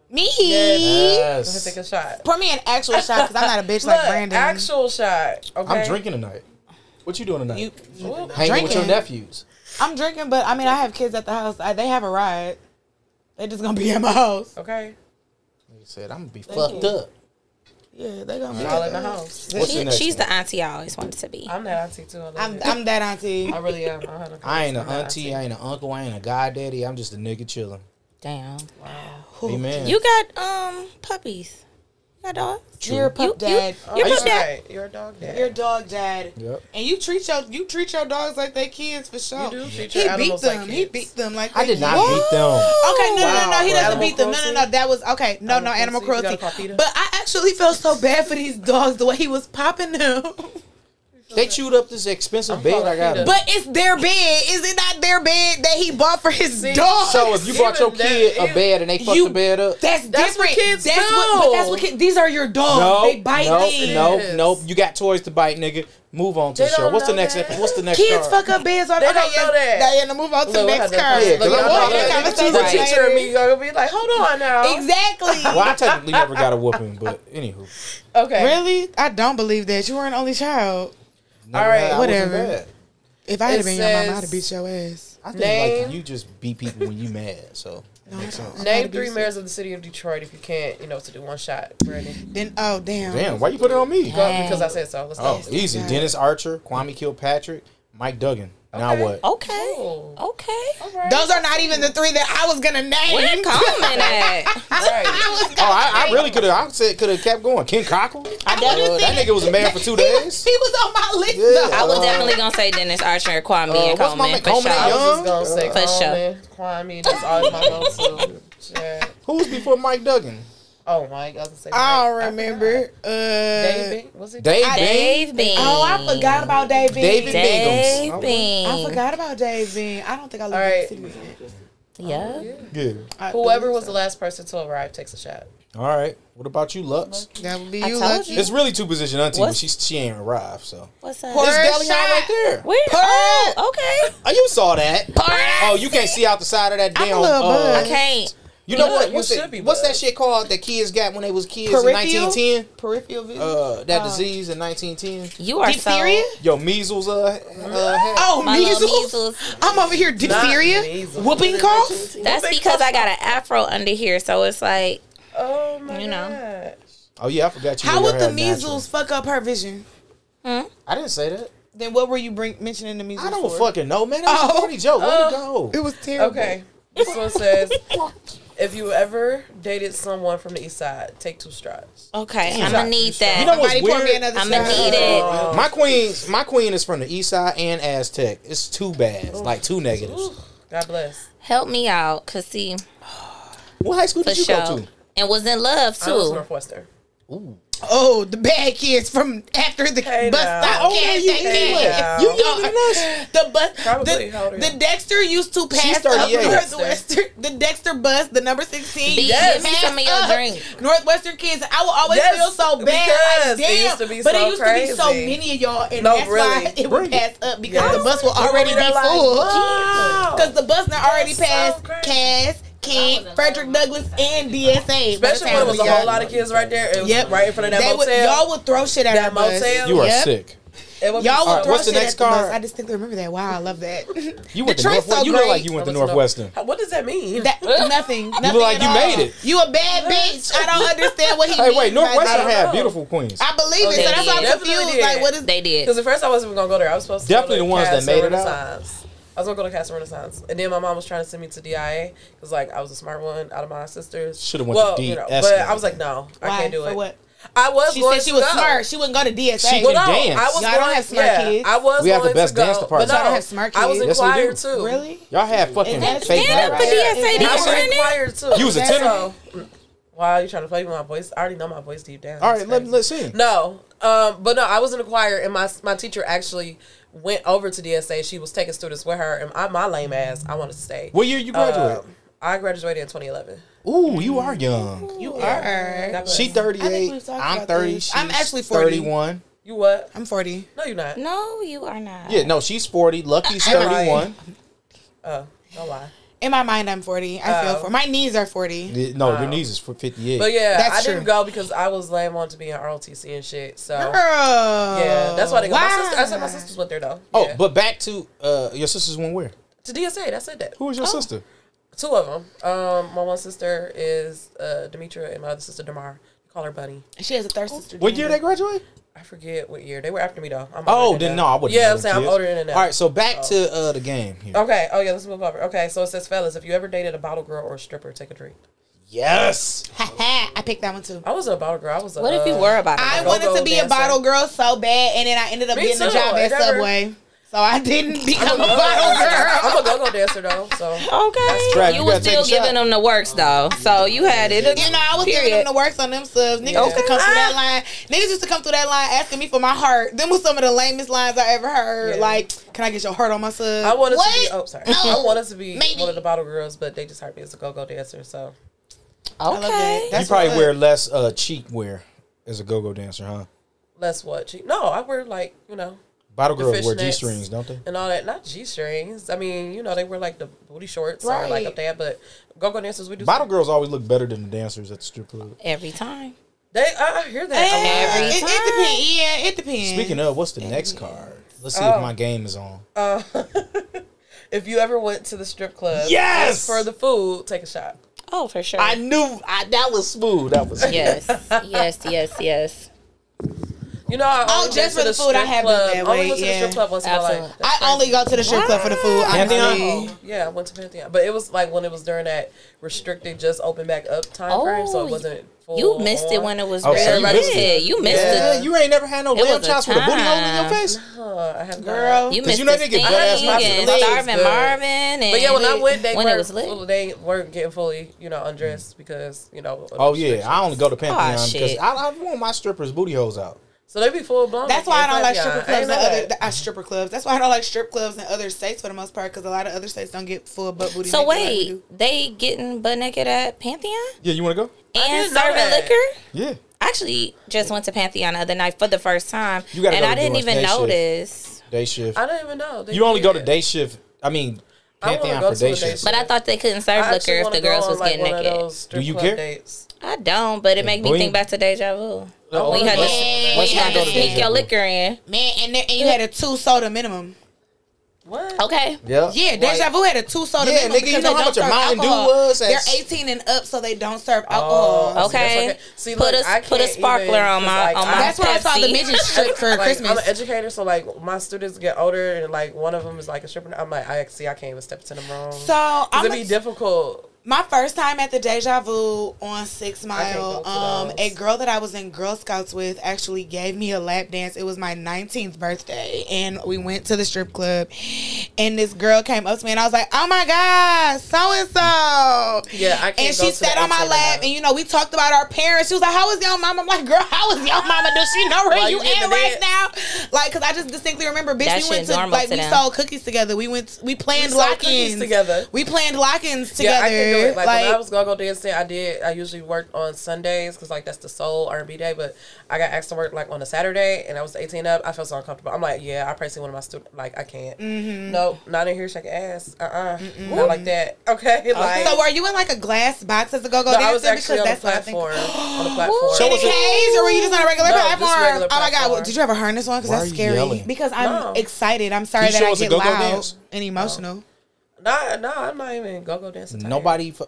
Speaker 2: Me.
Speaker 5: I'm gonna
Speaker 1: Yes.
Speaker 5: take a shot.
Speaker 2: Pour me an actual shot because I'm not a bitch like
Speaker 5: Look,
Speaker 2: Brandon.
Speaker 5: actual shot. Okay.
Speaker 1: I'm drinking tonight. What you doing tonight?
Speaker 2: You-
Speaker 1: Hanging
Speaker 5: Ooh,
Speaker 1: with your
Speaker 2: Drinking.
Speaker 1: nephews.
Speaker 2: I'm drinking, but I mean, I have kids at the house. I, they have a ride. They just gonna be at my house.
Speaker 5: Okay.
Speaker 1: He said, I'm gonna be
Speaker 2: you.
Speaker 1: fucked up.
Speaker 2: Yeah, they gonna be.
Speaker 5: All in
Speaker 2: at
Speaker 5: the
Speaker 2: the
Speaker 5: house.
Speaker 1: What's the
Speaker 4: She,
Speaker 1: next
Speaker 4: she's
Speaker 1: one?
Speaker 4: the auntie I always wanted to be.
Speaker 5: I'm that auntie too. I, love
Speaker 2: I'm,
Speaker 5: it.
Speaker 2: I'm that auntie.
Speaker 5: I really am. I, had a
Speaker 1: I ain't an
Speaker 5: conversation with
Speaker 1: auntie, I ain't an uncle, I ain't a goddaddy. I'm just a nigga chilling.
Speaker 4: Damn.
Speaker 1: Amen.
Speaker 4: You got um puppies. You got dogs.
Speaker 1: True.
Speaker 2: You're a pup
Speaker 4: You- you-
Speaker 2: dad.
Speaker 4: You're pup
Speaker 5: Oh, you're
Speaker 4: dad.
Speaker 5: right. You're a dog dad.
Speaker 2: You're a dog dad.
Speaker 1: Yep.
Speaker 2: And you treat your you treat your dogs like they kids for sure.
Speaker 5: You do treat
Speaker 2: He
Speaker 5: your
Speaker 2: beat
Speaker 5: animals
Speaker 2: them.
Speaker 5: like
Speaker 2: he
Speaker 5: kids.
Speaker 2: beat them like
Speaker 1: I
Speaker 2: they
Speaker 1: did not
Speaker 2: kids.
Speaker 1: beat them.
Speaker 2: Okay, no, no, no, no. He
Speaker 5: Wow.
Speaker 2: doesn't
Speaker 5: Animal
Speaker 2: beat them. No, no, no.
Speaker 5: cruelty?
Speaker 2: That was okay. No, no,
Speaker 5: Animal
Speaker 2: animal
Speaker 5: cruelty.
Speaker 2: cruelty.
Speaker 5: You gotta call Peter.
Speaker 2: But I actually felt so bad for these dogs the way he was popping them.
Speaker 1: They chewed up this expensive bed I got.
Speaker 2: But it's their bed. Is it not their bed that he bought for his
Speaker 5: See,
Speaker 2: dog?
Speaker 1: so if you bought your
Speaker 5: Even that-
Speaker 1: kid a
Speaker 5: even-
Speaker 1: bed and they fucked
Speaker 2: You-
Speaker 1: the bed up,
Speaker 2: That's,
Speaker 5: That's what
Speaker 2: different.
Speaker 5: kids
Speaker 2: that's
Speaker 5: do.
Speaker 2: What, but that's what kids. These are your dogs.
Speaker 1: no,
Speaker 2: they bite
Speaker 1: no,
Speaker 2: things.
Speaker 1: no, no. You got toys to bite, nigga. Move on to
Speaker 5: They
Speaker 1: the show.
Speaker 5: don't
Speaker 1: What's the
Speaker 5: know
Speaker 1: next?
Speaker 5: that.
Speaker 1: What's the next?
Speaker 2: Kids
Speaker 1: card?
Speaker 2: fuck up beds all
Speaker 5: They
Speaker 2: okay,
Speaker 5: don't know
Speaker 2: yes,
Speaker 5: that.
Speaker 2: Diana, move on to the
Speaker 5: Look, I
Speaker 2: next
Speaker 5: had to-
Speaker 2: card.
Speaker 1: Yeah, 'cause
Speaker 5: Look,
Speaker 1: I'm
Speaker 5: I'm
Speaker 1: not
Speaker 5: not
Speaker 1: gonna-
Speaker 5: gonna-
Speaker 2: Conversation
Speaker 5: the teacher
Speaker 2: later.
Speaker 5: and me gonna be like, hold on now.
Speaker 2: Exactly.
Speaker 1: Well, I technically never got a whooping, but anywho,
Speaker 5: Okay.
Speaker 2: Really? I don't believe that. You were an only child.
Speaker 1: never
Speaker 5: right,
Speaker 1: had- I wasn't
Speaker 2: whatever.
Speaker 1: bad.
Speaker 2: If I had
Speaker 5: It
Speaker 2: been your mama,
Speaker 5: says-
Speaker 2: I'd have beat your ass.
Speaker 1: I think
Speaker 5: Name.
Speaker 1: like you just beat people when you mad. So that makes sense.
Speaker 5: Name
Speaker 2: gotta be
Speaker 5: three
Speaker 2: sick.
Speaker 5: mayors of the city of Detroit if you can't, you know, to do one shot, Brandon.
Speaker 2: Then oh damn.
Speaker 1: Damn, why you put it on me?
Speaker 5: Go because I said so. Let's
Speaker 1: Oh,
Speaker 5: go.
Speaker 1: easy.
Speaker 2: Right.
Speaker 1: Dennis Archer, Kwame Kilpatrick, Mike Duggan. Now
Speaker 5: Okay.
Speaker 1: what?
Speaker 2: Oh,
Speaker 4: Okay.
Speaker 5: Cool.
Speaker 4: Okay.
Speaker 2: Those are not even the three that I was gonna name.
Speaker 4: Where you coming at?
Speaker 5: Right.
Speaker 2: I was
Speaker 1: Oh,
Speaker 2: gonna
Speaker 1: I, I
Speaker 2: name.
Speaker 1: really could have. I said could have kept going. Ken Cockle.
Speaker 2: I definitely
Speaker 1: Uh, that
Speaker 2: said-
Speaker 1: nigga was a man for two
Speaker 2: he was-
Speaker 1: days.
Speaker 2: He was on my list
Speaker 1: Yeah.
Speaker 2: though.
Speaker 4: I was
Speaker 1: Uh,
Speaker 4: definitely gonna say Dennis Archer and Kwame
Speaker 1: Uh, what's
Speaker 4: and
Speaker 1: my
Speaker 4: Coleman.
Speaker 1: man- Coleman
Speaker 4: for
Speaker 1: and
Speaker 5: I
Speaker 4: sure.
Speaker 1: Young?
Speaker 5: was just gonna say
Speaker 4: For sure.
Speaker 5: Coleman, Kwame, that's always my go-to. Shit.
Speaker 1: Who was before Mike Duggan?
Speaker 5: Oh my, God, I was gonna say.
Speaker 2: I
Speaker 5: Mike.
Speaker 2: don't remember. Uh,
Speaker 5: David, was it?
Speaker 1: Dave. Bing?
Speaker 4: Dave Bean.
Speaker 2: Oh, I forgot about David.
Speaker 1: David Bingham's.
Speaker 4: Dave
Speaker 1: Okay.
Speaker 4: Bean.
Speaker 2: I forgot about David. I don't think I lived
Speaker 5: All
Speaker 2: in
Speaker 5: right.
Speaker 2: the city. with him.
Speaker 4: Yeah.
Speaker 1: Good.
Speaker 2: I
Speaker 5: Whoever
Speaker 2: believe
Speaker 5: was
Speaker 2: so.
Speaker 5: the last person to arrive takes a shot.
Speaker 1: All right. What about you, Lux?
Speaker 2: that would be
Speaker 4: I
Speaker 2: you,
Speaker 4: told
Speaker 2: lucky.
Speaker 4: you.
Speaker 1: It's really two position auntie, but
Speaker 4: What's-
Speaker 1: she she ain't arrived. So
Speaker 4: What's up?
Speaker 2: Pour
Speaker 1: it's
Speaker 2: it
Speaker 1: Deli
Speaker 2: shot.
Speaker 1: right there.
Speaker 4: Where?
Speaker 2: Pour it.
Speaker 4: Oh, okay.
Speaker 1: Oh, you saw that? Oh, you can't see out the side of that
Speaker 2: I'm a
Speaker 1: damn.
Speaker 2: little
Speaker 1: uh,
Speaker 2: buzzed.
Speaker 4: I can't.
Speaker 1: you know
Speaker 5: You
Speaker 1: what?
Speaker 5: should
Speaker 1: What's, that,
Speaker 5: be
Speaker 1: what's that
Speaker 5: buzzed.
Speaker 1: shit called that kids got when they was kids
Speaker 2: Peripheral?
Speaker 1: in 1910?
Speaker 2: Peripheral vision.
Speaker 1: Uh, that disease in 1910.
Speaker 4: You are so.
Speaker 1: Yo, measles. Uh, uh, had-
Speaker 2: Oh,
Speaker 4: My
Speaker 2: measles.
Speaker 4: little measles.
Speaker 2: I'm over here diphtheria,
Speaker 5: measles.
Speaker 2: whooping cough.
Speaker 4: That's because I got an afro under here, so it's like
Speaker 5: Oh my
Speaker 4: You know.
Speaker 5: God.
Speaker 1: Oh yeah, I forgot you.
Speaker 2: How
Speaker 1: were
Speaker 2: would the
Speaker 1: had natural.
Speaker 2: measles fuck up her vision?
Speaker 4: hmm?
Speaker 1: I didn't say that.
Speaker 2: Then what were you bring, mentioning the measles?
Speaker 1: I don't
Speaker 2: for?
Speaker 1: fucking know, man. That was
Speaker 2: Oh.
Speaker 1: a funny joke. Way to go.
Speaker 2: It was terrible.
Speaker 5: Okay. This one says, if you ever dated someone from the east side, take two shots.
Speaker 4: okay, I'm gonna need that.
Speaker 1: You know what's
Speaker 2: Somebody pour me
Speaker 1: weird?
Speaker 2: another
Speaker 4: I'm gonna
Speaker 2: shot.
Speaker 4: need it.
Speaker 5: Oh,
Speaker 1: My queen, my queen is from the east side and Aztec. It's two bads, like two negatives.
Speaker 5: God bless.
Speaker 4: Help me out, cause see,
Speaker 1: What high school
Speaker 4: for
Speaker 1: did you
Speaker 4: sure,
Speaker 1: go to?
Speaker 4: and was in love
Speaker 5: I was
Speaker 4: too.
Speaker 5: Northwestern.
Speaker 2: Oh, the bad kids from after the
Speaker 5: Hey,
Speaker 2: bus
Speaker 5: now.
Speaker 2: stop.
Speaker 5: Oh,
Speaker 2: gas
Speaker 1: you
Speaker 2: station.
Speaker 5: Hey, now.
Speaker 1: You younger than us.
Speaker 2: The bus,
Speaker 5: Probably. How old
Speaker 2: the,
Speaker 5: are
Speaker 2: the
Speaker 5: you?
Speaker 2: Dexter used to pass up
Speaker 1: 38.
Speaker 2: Northwestern. The Dexter bus, the number sixteen.
Speaker 4: B,
Speaker 2: used to
Speaker 4: give me
Speaker 2: pass
Speaker 4: some of your
Speaker 2: up
Speaker 4: drink.
Speaker 2: Uh, Northwestern kids. I will always
Speaker 5: Yes,
Speaker 2: feel so bad. Like,
Speaker 5: because it
Speaker 2: damn,
Speaker 5: used to be
Speaker 2: but it
Speaker 5: so
Speaker 2: used to be so
Speaker 5: crazy.
Speaker 2: many of y'all, and
Speaker 5: No,
Speaker 2: that's
Speaker 5: really.
Speaker 2: why it would pass up because
Speaker 5: Yes.
Speaker 2: the bus will
Speaker 5: We'll be
Speaker 2: already be
Speaker 5: there like,
Speaker 2: full.
Speaker 5: wow.
Speaker 2: Because the bus now already
Speaker 5: That's so
Speaker 2: passed
Speaker 5: crazy.
Speaker 2: Cass, King, Frederick Douglass, and DSA. By the
Speaker 5: Especially when
Speaker 2: time
Speaker 5: it was
Speaker 2: we
Speaker 5: a
Speaker 2: got-
Speaker 5: whole lot of kids right there. It was
Speaker 2: Yep.
Speaker 5: right in front of that
Speaker 2: They would,
Speaker 5: motel.
Speaker 2: y'all would throw shit at
Speaker 5: that
Speaker 2: our bus.
Speaker 5: motel.
Speaker 1: You are
Speaker 2: Yep.
Speaker 1: sick.
Speaker 5: It would be
Speaker 2: Y'all
Speaker 5: so
Speaker 2: would
Speaker 1: Alright,
Speaker 2: throw
Speaker 1: what's the
Speaker 2: shit
Speaker 1: next
Speaker 2: at the bus.
Speaker 1: card?
Speaker 2: I distinctly remember that. Wow, I love that.
Speaker 1: You went to
Speaker 2: Detroit's
Speaker 1: Northwestern.
Speaker 2: so
Speaker 1: you look like
Speaker 2: great.
Speaker 1: you went to
Speaker 5: Listen up.
Speaker 1: Northwestern.
Speaker 5: What does that mean?
Speaker 2: That nothing. nothing
Speaker 1: look like
Speaker 2: at
Speaker 1: you
Speaker 2: all.
Speaker 1: made it.
Speaker 2: You a bad bitch. I don't understand what he.
Speaker 1: Hey, wait,
Speaker 2: means by
Speaker 1: Northwestern
Speaker 2: that.
Speaker 1: had beautiful queens.
Speaker 2: I believe it, so that's why
Speaker 4: They
Speaker 2: I'm
Speaker 5: did.
Speaker 2: confused.
Speaker 5: Definitely did.
Speaker 2: Like, what is?
Speaker 4: They did.
Speaker 5: Because at first I wasn't even gonna go there. I was supposed to
Speaker 1: Definitely
Speaker 5: go to
Speaker 1: the ones that
Speaker 5: Cass
Speaker 1: made
Speaker 5: or
Speaker 1: it out.
Speaker 5: Renaissance. I was gonna go to Castle Renaissance, and then my mom was trying to send me to DIA because like I was a smart one out of my sisters.
Speaker 1: Shoulda went
Speaker 5: well,
Speaker 1: to
Speaker 5: you know,
Speaker 1: DS.
Speaker 5: But I was like, no, I
Speaker 2: Why?
Speaker 5: can't do
Speaker 2: For
Speaker 5: it.
Speaker 2: what?
Speaker 5: I was
Speaker 2: She
Speaker 5: going
Speaker 2: said she
Speaker 5: to
Speaker 2: was
Speaker 5: go.
Speaker 2: smart. She wouldn't go to DSA.
Speaker 1: She
Speaker 5: Well,
Speaker 1: can
Speaker 5: no,
Speaker 1: dance.
Speaker 5: I was
Speaker 2: Y'all
Speaker 5: going,
Speaker 2: don't have smart
Speaker 5: yeah,
Speaker 2: kids.
Speaker 5: I was
Speaker 1: We have the
Speaker 5: going
Speaker 1: best
Speaker 5: to go,
Speaker 1: dance department.
Speaker 5: But no,
Speaker 2: Y'all don't have smart
Speaker 5: I was in
Speaker 2: kids.
Speaker 1: Yes, we
Speaker 5: choir
Speaker 1: do.
Speaker 5: too.
Speaker 2: really?
Speaker 1: Y'all had fucking
Speaker 2: that's-
Speaker 1: fake
Speaker 4: Stand up for
Speaker 1: backgrounds.
Speaker 4: DSA. Did
Speaker 5: I
Speaker 4: you
Speaker 5: was in
Speaker 4: sing it?
Speaker 5: choir too.
Speaker 1: You was a tenor?
Speaker 5: So, wow, you trying to play with my voice? I already know my voice deep down.
Speaker 1: All
Speaker 5: It's
Speaker 1: right, let,
Speaker 5: crazy.
Speaker 1: let's see.
Speaker 5: No, um, but no, I was in the choir, and my my teacher actually went over to DSA. She was taking students with her, and I, my lame ass, I wanted to stay.
Speaker 1: What year you
Speaker 2: Uh,
Speaker 1: graduate?
Speaker 5: Um, I graduated in 2011.
Speaker 1: Ooh, you are young.
Speaker 2: You
Speaker 5: Yeah.
Speaker 2: are.
Speaker 5: God bless.
Speaker 1: She
Speaker 2: I think we've
Speaker 1: 38.
Speaker 2: talked
Speaker 1: I'm
Speaker 2: about
Speaker 1: 30.
Speaker 2: this. I'm
Speaker 1: she's
Speaker 2: actually 40.
Speaker 1: 31.
Speaker 5: You what?
Speaker 2: I'm 40.
Speaker 5: No, you're not.
Speaker 4: No, you are not.
Speaker 1: Yeah, no, she's 40. Lucky's
Speaker 5: Am I-
Speaker 1: 31.
Speaker 5: Oh, no lie.
Speaker 2: In my mind, I'm 40. I feel
Speaker 5: Oh.
Speaker 2: for my knees are 40.
Speaker 1: Yeah, No,
Speaker 5: Wow.
Speaker 1: your niece is for 58.
Speaker 5: But yeah,
Speaker 2: That's
Speaker 5: I didn't
Speaker 2: true.
Speaker 5: go because I was lame on to be in ROTC and shit. So
Speaker 2: Girl.
Speaker 5: yeah, that's why they go. My
Speaker 2: Wow.
Speaker 5: sister, I said my sisters went there though.
Speaker 1: oh,
Speaker 5: Yeah.
Speaker 1: but back to uh, your sisters went where?
Speaker 5: to DSA, I said that.
Speaker 1: Who was your sister?
Speaker 5: Two of them. Um, my one sister is uh, Demetra, and my other sister Damar. We call her Bunny.
Speaker 2: She has a third sister.
Speaker 1: What year they graduate?
Speaker 5: I forget what year they were after me though. I'm
Speaker 1: Oh,
Speaker 5: older than
Speaker 1: then
Speaker 5: that.
Speaker 1: no, I wouldn't.
Speaker 5: Yeah,
Speaker 1: know
Speaker 5: I'm saying
Speaker 1: kids.
Speaker 5: I'm older than that.
Speaker 1: All right, so back to uh, the game here.
Speaker 5: Okay. Oh yeah, let's move over. Okay, so it says, fellas, if you ever dated a bottle girl or a stripper, take a drink.
Speaker 1: Yes.
Speaker 2: Haha, I picked that one too.
Speaker 5: I was a bottle girl. I was. A,
Speaker 4: What if you
Speaker 5: uh,
Speaker 4: were about it?
Speaker 2: I
Speaker 5: Go-go
Speaker 2: wanted to be
Speaker 5: dancer.
Speaker 2: a bottle girl so bad, and then I ended up
Speaker 5: Me
Speaker 2: getting a
Speaker 5: too.
Speaker 2: job
Speaker 5: I
Speaker 2: at
Speaker 5: never-
Speaker 2: Subway. So I didn't become a
Speaker 5: I'm a
Speaker 2: bottle girl.
Speaker 5: I'm a go-go dancer though, so
Speaker 4: Okay.
Speaker 1: right,
Speaker 4: You
Speaker 1: you
Speaker 4: were
Speaker 1: gotta take
Speaker 4: still
Speaker 1: a shot.
Speaker 4: giving them the works though, so you had it.
Speaker 2: You know, I was
Speaker 4: Period.
Speaker 2: giving them the works on them subs. Niggas used to
Speaker 5: Okay.
Speaker 2: come through that line. Niggas used to come through that line asking me for my heart. Them was some of the lamest lines I ever heard.
Speaker 5: Yeah.
Speaker 2: Like, can I get your heart on my sub?
Speaker 5: I wanted
Speaker 2: What?
Speaker 5: to be. Oh, sorry. I wanted to be
Speaker 2: Maybe.
Speaker 5: one of the bottle girls, but they just hired me as a go-go dancer. So
Speaker 2: love that.
Speaker 4: Okay.
Speaker 2: That's
Speaker 1: you probably
Speaker 2: what's up.
Speaker 1: wear less uh, cheek wear as a go-go dancer, huh?
Speaker 5: less what? She, no, I wear like you know
Speaker 1: Bottle
Speaker 5: The
Speaker 1: girls wear
Speaker 5: fishnets.
Speaker 1: g-strings, don't they?
Speaker 5: and all that. Not g-strings. I mean, you know, they wear like the booty shorts or like
Speaker 2: Right.
Speaker 5: up there. But go-go dancers, we do.
Speaker 1: Bottle girls always look better than the dancers at the strip club.
Speaker 4: Every time.
Speaker 5: They. I, I hear that. a lot.
Speaker 2: Eh,
Speaker 4: Every
Speaker 2: it, it
Speaker 4: time.
Speaker 2: depends. Yeah, it depends.
Speaker 1: Speaking of, what's the next card? Let's see
Speaker 5: Oh.
Speaker 1: if my game is on.
Speaker 5: Uh, if you ever went to the strip club,
Speaker 1: Yes!
Speaker 5: just for the food, take a shot.
Speaker 4: Oh, for sure.
Speaker 1: I knew I, that was smooth. That was smooth.
Speaker 4: yes. Yes. Yes. Yes.
Speaker 5: You know, I
Speaker 2: Oh,
Speaker 5: only
Speaker 2: just
Speaker 5: went
Speaker 2: for
Speaker 5: to
Speaker 2: the food, I
Speaker 5: strip
Speaker 2: have been
Speaker 5: club.
Speaker 2: that
Speaker 5: I only
Speaker 2: way,
Speaker 5: went to the
Speaker 2: yeah.
Speaker 5: strip club once in my life.
Speaker 4: Absolutely.
Speaker 2: I only go to the strip club for the food. Honestly.
Speaker 1: Pantheon?
Speaker 5: Yeah, I went to Pantheon, but it was like when it was during that restricted, just open back up time frame, so
Speaker 4: Oh,
Speaker 5: it wasn't. Full
Speaker 4: You missed it
Speaker 5: on.
Speaker 4: when it was
Speaker 1: Oh,
Speaker 4: real
Speaker 1: so you
Speaker 4: lit.
Speaker 1: missed it.
Speaker 4: You missed
Speaker 1: Yeah,
Speaker 4: it.
Speaker 1: you ain't never had no
Speaker 4: It
Speaker 1: lamb
Speaker 4: was a
Speaker 1: chops with a booty hole in your
Speaker 4: time.
Speaker 1: face.
Speaker 5: Huh, I have
Speaker 2: Girl.
Speaker 5: Not.
Speaker 4: You
Speaker 1: 'Cause
Speaker 4: missed
Speaker 1: you know
Speaker 4: the
Speaker 1: they get
Speaker 4: sting
Speaker 1: butt ass knots
Speaker 4: and
Speaker 5: with legs,
Speaker 4: starving
Speaker 5: good.
Speaker 4: Marvin. And
Speaker 5: But yeah, when I went, they
Speaker 4: when
Speaker 5: were
Speaker 4: it was lit.
Speaker 5: full- they weren't getting fully, you know, undressed because you know. of
Speaker 1: Oh yeah,
Speaker 5: restrictions.
Speaker 1: I only go to Pantheon because
Speaker 4: shit.
Speaker 1: I, I want my strippers' booty holes out.
Speaker 5: so they be full blown.
Speaker 2: That's why I don't like
Speaker 5: Pantheon.
Speaker 2: stripper
Speaker 5: I
Speaker 2: clubs
Speaker 5: ain't
Speaker 2: and
Speaker 5: know
Speaker 2: other
Speaker 5: that.
Speaker 2: uh, stripper clubs. That's why I don't like strip clubs in other states for the most part because a lot of other states don't get full butt booty.
Speaker 4: So
Speaker 2: naked like we
Speaker 4: wait,
Speaker 2: do.
Speaker 4: they getting butt naked at Pantheon
Speaker 1: Yeah, you want to go?
Speaker 4: and
Speaker 5: didn't know
Speaker 4: serving
Speaker 5: that.
Speaker 4: liquor?
Speaker 1: Yeah.
Speaker 4: I actually just went to Pantheon the other night for the first time,
Speaker 1: You gotta
Speaker 4: and
Speaker 1: go
Speaker 4: I
Speaker 1: to
Speaker 4: didn't
Speaker 1: Dorrance
Speaker 4: even
Speaker 1: Day shift.
Speaker 4: notice.
Speaker 1: Day shift.
Speaker 5: I don't even know. They
Speaker 1: you only
Speaker 5: did
Speaker 1: go
Speaker 5: it.
Speaker 1: to day shift. I mean,
Speaker 5: I wanna
Speaker 1: Pantheon
Speaker 5: go
Speaker 1: for
Speaker 5: to
Speaker 1: day
Speaker 5: a day
Speaker 1: shift.
Speaker 5: shift.
Speaker 4: But I thought they couldn't serve
Speaker 5: I actually
Speaker 4: liquor if
Speaker 5: wanna
Speaker 4: the
Speaker 5: go
Speaker 4: girls
Speaker 5: on,
Speaker 4: was
Speaker 5: like,
Speaker 4: getting
Speaker 5: one of
Speaker 4: naked.
Speaker 5: those strip
Speaker 1: Do you
Speaker 5: club
Speaker 1: care?
Speaker 5: Dates.
Speaker 4: I don't, but it make me
Speaker 1: Boing.
Speaker 4: think back to deja vu.
Speaker 1: Oh,
Speaker 4: When you had to,
Speaker 1: let's-
Speaker 4: when
Speaker 1: let's
Speaker 4: you
Speaker 1: not
Speaker 4: had
Speaker 1: go
Speaker 4: to
Speaker 1: to
Speaker 4: sneak
Speaker 1: deja
Speaker 4: your
Speaker 1: vu.
Speaker 4: liquor in.
Speaker 2: man, and, there, and you had a two soda minimum.
Speaker 5: What?
Speaker 4: Okay.
Speaker 1: Yeah.
Speaker 2: Yeah, Deja
Speaker 1: Like,
Speaker 2: Vu had a two soda
Speaker 1: Yeah,
Speaker 2: minimum
Speaker 1: nigga,
Speaker 2: because
Speaker 1: you know
Speaker 2: they
Speaker 1: how
Speaker 2: don't
Speaker 1: much your
Speaker 2: serve
Speaker 1: Mountain Dew
Speaker 2: alcohol.
Speaker 1: was?
Speaker 2: They're
Speaker 1: That's-
Speaker 2: 18 and up, so they don't serve alcohol.
Speaker 5: Oh,
Speaker 4: Okay.
Speaker 5: that's See,
Speaker 4: Put
Speaker 5: look,
Speaker 4: a-
Speaker 5: I
Speaker 4: put a
Speaker 5: can't
Speaker 4: sparkler
Speaker 5: even-
Speaker 4: on my-
Speaker 5: 'cause,
Speaker 4: on my-
Speaker 2: That's where I saw the
Speaker 4: Pepsi.
Speaker 2: midget strip for
Speaker 5: like,
Speaker 2: Christmas.
Speaker 5: I'm an educator, so like my students get older, and like one of them is like a stripper. I'm like, I see, I can't even step to the room.
Speaker 2: so I'm
Speaker 5: it'd
Speaker 2: a-
Speaker 5: be difficult.
Speaker 2: my first time at the Deja Vu on Six
Speaker 5: can't go
Speaker 2: Mile,
Speaker 5: to
Speaker 2: um, a
Speaker 5: those.
Speaker 2: girl that I was in Girl Scouts with actually gave me a lap dance. It was my 19th birthday, and we went to the strip club. And this girl came up to me, and I was like, "Oh my god, so and so!"
Speaker 5: Yeah, I can't.
Speaker 2: And
Speaker 5: go
Speaker 2: she
Speaker 5: to
Speaker 2: sat
Speaker 5: the
Speaker 2: on my
Speaker 5: exit
Speaker 2: lap,
Speaker 5: now.
Speaker 2: and you know, we talked about our parents. She was like, "How was your mama?" I'm like, "Girl, how was your mama? Does she know where
Speaker 5: Why
Speaker 2: you
Speaker 5: you getting
Speaker 2: at
Speaker 5: the
Speaker 2: right
Speaker 5: dance?
Speaker 2: now?" Like, cause I just distinctly remember, bitch,
Speaker 4: That
Speaker 2: we
Speaker 4: shit
Speaker 2: went to
Speaker 4: normal
Speaker 2: like
Speaker 4: to
Speaker 2: we
Speaker 4: them.
Speaker 2: sold cookies together. We went, we planned
Speaker 5: sold
Speaker 2: lock-ins
Speaker 5: cookies together.
Speaker 2: We planned lock-ins together.
Speaker 5: Yeah, I can do it. Like, when I was gonna go dancing, I did. I usually worked on Sundays because like that's the soul R and B day. But I got asked to work like on a Saturday, and I was 18 up. I felt so uncomfortable. I'm like, yeah, I probably see one of my students. Like I can't. Nope, not in here shaking ass. Uh uh not like that. Okay, like
Speaker 2: so were you in like a glass box as a go-go
Speaker 5: no,
Speaker 2: dancer?
Speaker 5: I was actually on the
Speaker 2: what I think-
Speaker 5: platform. on the platform.
Speaker 1: So
Speaker 2: In a
Speaker 1: was it-
Speaker 2: cage, or were you just on a regular
Speaker 5: No, just
Speaker 2: platform?
Speaker 5: regular
Speaker 2: oh my god!
Speaker 5: platform.
Speaker 2: did you have a harness on? Because
Speaker 1: Why
Speaker 2: that's
Speaker 1: are you
Speaker 2: scary.
Speaker 1: yelling?
Speaker 2: Because I'm
Speaker 5: No.
Speaker 2: excited. I'm sorry
Speaker 1: Can you
Speaker 2: that
Speaker 1: show
Speaker 2: I
Speaker 1: us a
Speaker 2: get
Speaker 1: go-go
Speaker 2: loud
Speaker 1: dance?
Speaker 2: and emotional.
Speaker 5: Nah, nah, I'm not even go go dancing.
Speaker 1: Nobody. F-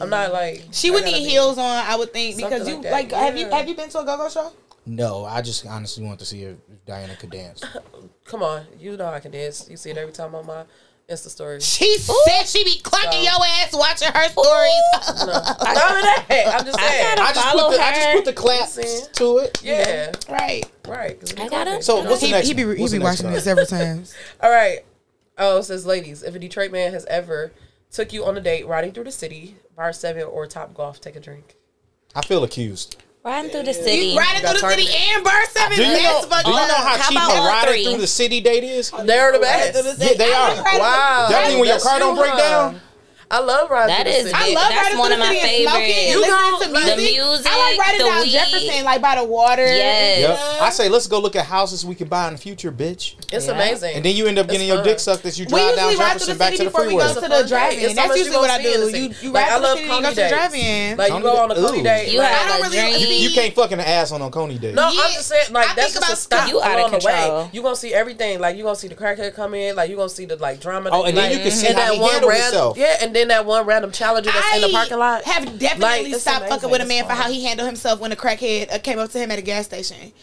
Speaker 5: I'm not like
Speaker 2: She
Speaker 5: I
Speaker 2: would
Speaker 5: gotta
Speaker 2: need
Speaker 5: be-
Speaker 2: heels on, I would think, because
Speaker 5: Something
Speaker 2: you
Speaker 5: like
Speaker 2: like,
Speaker 5: that.
Speaker 2: have you
Speaker 5: Yeah.
Speaker 2: have you been to a go-go show?
Speaker 1: no, I just honestly want to see if Diana could dance.
Speaker 5: Come on, you know I can dance. You see it every time on my Insta stories.
Speaker 1: She said she be clucking your ass watching her stories.
Speaker 5: No, Not that. I'm just saying.
Speaker 4: gotta-
Speaker 1: I just, put the, I just
Speaker 4: Follow
Speaker 1: put the claps
Speaker 5: her.
Speaker 1: to it.
Speaker 5: yeah,
Speaker 2: Right.
Speaker 5: right. 'cause we
Speaker 4: I gotta-
Speaker 5: copy.
Speaker 1: So what's the
Speaker 2: He,
Speaker 1: next
Speaker 2: he be
Speaker 1: one?
Speaker 2: he
Speaker 1: What's
Speaker 2: be
Speaker 1: the next
Speaker 2: watching
Speaker 1: one?
Speaker 2: me several times.
Speaker 5: All right. Oh, it says, ladies, if a Detroit man has ever took you on a date, riding through the city, bar seven or top golf, take a drink.
Speaker 1: I feel accused.
Speaker 4: Riding through the city.
Speaker 2: Riding
Speaker 5: got
Speaker 2: through the city
Speaker 5: targeted.
Speaker 2: and burst seven.
Speaker 1: Do you know, do
Speaker 2: That's
Speaker 1: you
Speaker 2: fucked
Speaker 1: know
Speaker 2: up.
Speaker 1: how,
Speaker 4: How
Speaker 1: cheap
Speaker 4: about
Speaker 1: a
Speaker 4: all
Speaker 1: rider
Speaker 4: three?
Speaker 1: through the city date is?
Speaker 5: They're the
Speaker 2: Riding through the
Speaker 5: best.
Speaker 2: city.
Speaker 1: Yeah, they
Speaker 2: I
Speaker 1: are.
Speaker 2: like riding-
Speaker 5: Wow.
Speaker 1: Definitely when your
Speaker 5: That's
Speaker 1: car don't
Speaker 5: you,
Speaker 1: break
Speaker 5: huh?
Speaker 1: down.
Speaker 5: I love riding
Speaker 4: That
Speaker 5: through the
Speaker 4: is
Speaker 5: city.
Speaker 4: I
Speaker 2: I love
Speaker 4: That's
Speaker 2: riding
Speaker 4: one
Speaker 2: through
Speaker 4: of
Speaker 2: the
Speaker 4: my
Speaker 2: city and smoking
Speaker 4: favorites.
Speaker 2: and
Speaker 4: You
Speaker 2: listening
Speaker 4: know,
Speaker 2: to
Speaker 4: the
Speaker 2: music. I
Speaker 4: music,
Speaker 2: like riding
Speaker 4: the
Speaker 2: down
Speaker 4: weed.
Speaker 2: Jefferson, like by the water.
Speaker 4: Yes.
Speaker 1: Yep.
Speaker 2: Yeah.
Speaker 1: I say, let's go look at houses we can buy in the future, bitch.
Speaker 5: It's
Speaker 4: Yeah.
Speaker 5: amazing.
Speaker 1: And then you end up
Speaker 5: It's
Speaker 1: getting your
Speaker 5: fun.
Speaker 1: dick sucked as you
Speaker 2: We
Speaker 1: drive down
Speaker 2: usually ride through
Speaker 1: Jefferson
Speaker 2: the
Speaker 1: back
Speaker 2: city
Speaker 1: to the
Speaker 2: before we go
Speaker 1: freeway.
Speaker 2: to
Speaker 5: It's a
Speaker 2: the
Speaker 5: fun day.
Speaker 2: drive-in.
Speaker 5: It's so
Speaker 2: That's
Speaker 5: much you
Speaker 2: usually what
Speaker 5: gonna
Speaker 2: I
Speaker 5: see
Speaker 2: do.
Speaker 5: in the
Speaker 2: You
Speaker 5: city.
Speaker 2: you ride
Speaker 5: Like, I
Speaker 2: through the
Speaker 5: love
Speaker 2: city, you go
Speaker 5: comedy
Speaker 2: to the
Speaker 5: days.
Speaker 2: drive-in.
Speaker 5: Like you
Speaker 1: Comedy
Speaker 5: go on a
Speaker 1: day-
Speaker 5: funny
Speaker 1: Ooh.
Speaker 5: date.
Speaker 4: You
Speaker 5: like,
Speaker 4: have
Speaker 2: I don't
Speaker 4: a
Speaker 2: really-
Speaker 4: dream.
Speaker 1: You can't fucking ass on no Coney day.
Speaker 5: No,
Speaker 2: Yeah.
Speaker 5: I'm just saying, like
Speaker 2: I
Speaker 5: that's
Speaker 2: think
Speaker 5: just a
Speaker 2: about-
Speaker 5: stop
Speaker 4: You outta
Speaker 5: along the
Speaker 4: control.
Speaker 5: way. You gonna see everything. Like you gonna see the crackhead come in. Like you gonna see the like drama.
Speaker 1: Oh, and then
Speaker 5: like,
Speaker 1: you can see
Speaker 5: and
Speaker 1: how
Speaker 5: that
Speaker 1: he
Speaker 5: one
Speaker 1: handled
Speaker 5: ran-
Speaker 1: himself.
Speaker 5: Yeah, and then that one random challenger that's
Speaker 2: I
Speaker 5: in the parking lot.
Speaker 2: have
Speaker 5: Like,
Speaker 2: definitely
Speaker 5: it's
Speaker 2: stopped
Speaker 5: amazing.
Speaker 2: fucking with a
Speaker 5: It's
Speaker 2: man for
Speaker 5: fun.
Speaker 2: how he handled himself when a crackhead uh, came up to him at a gas station.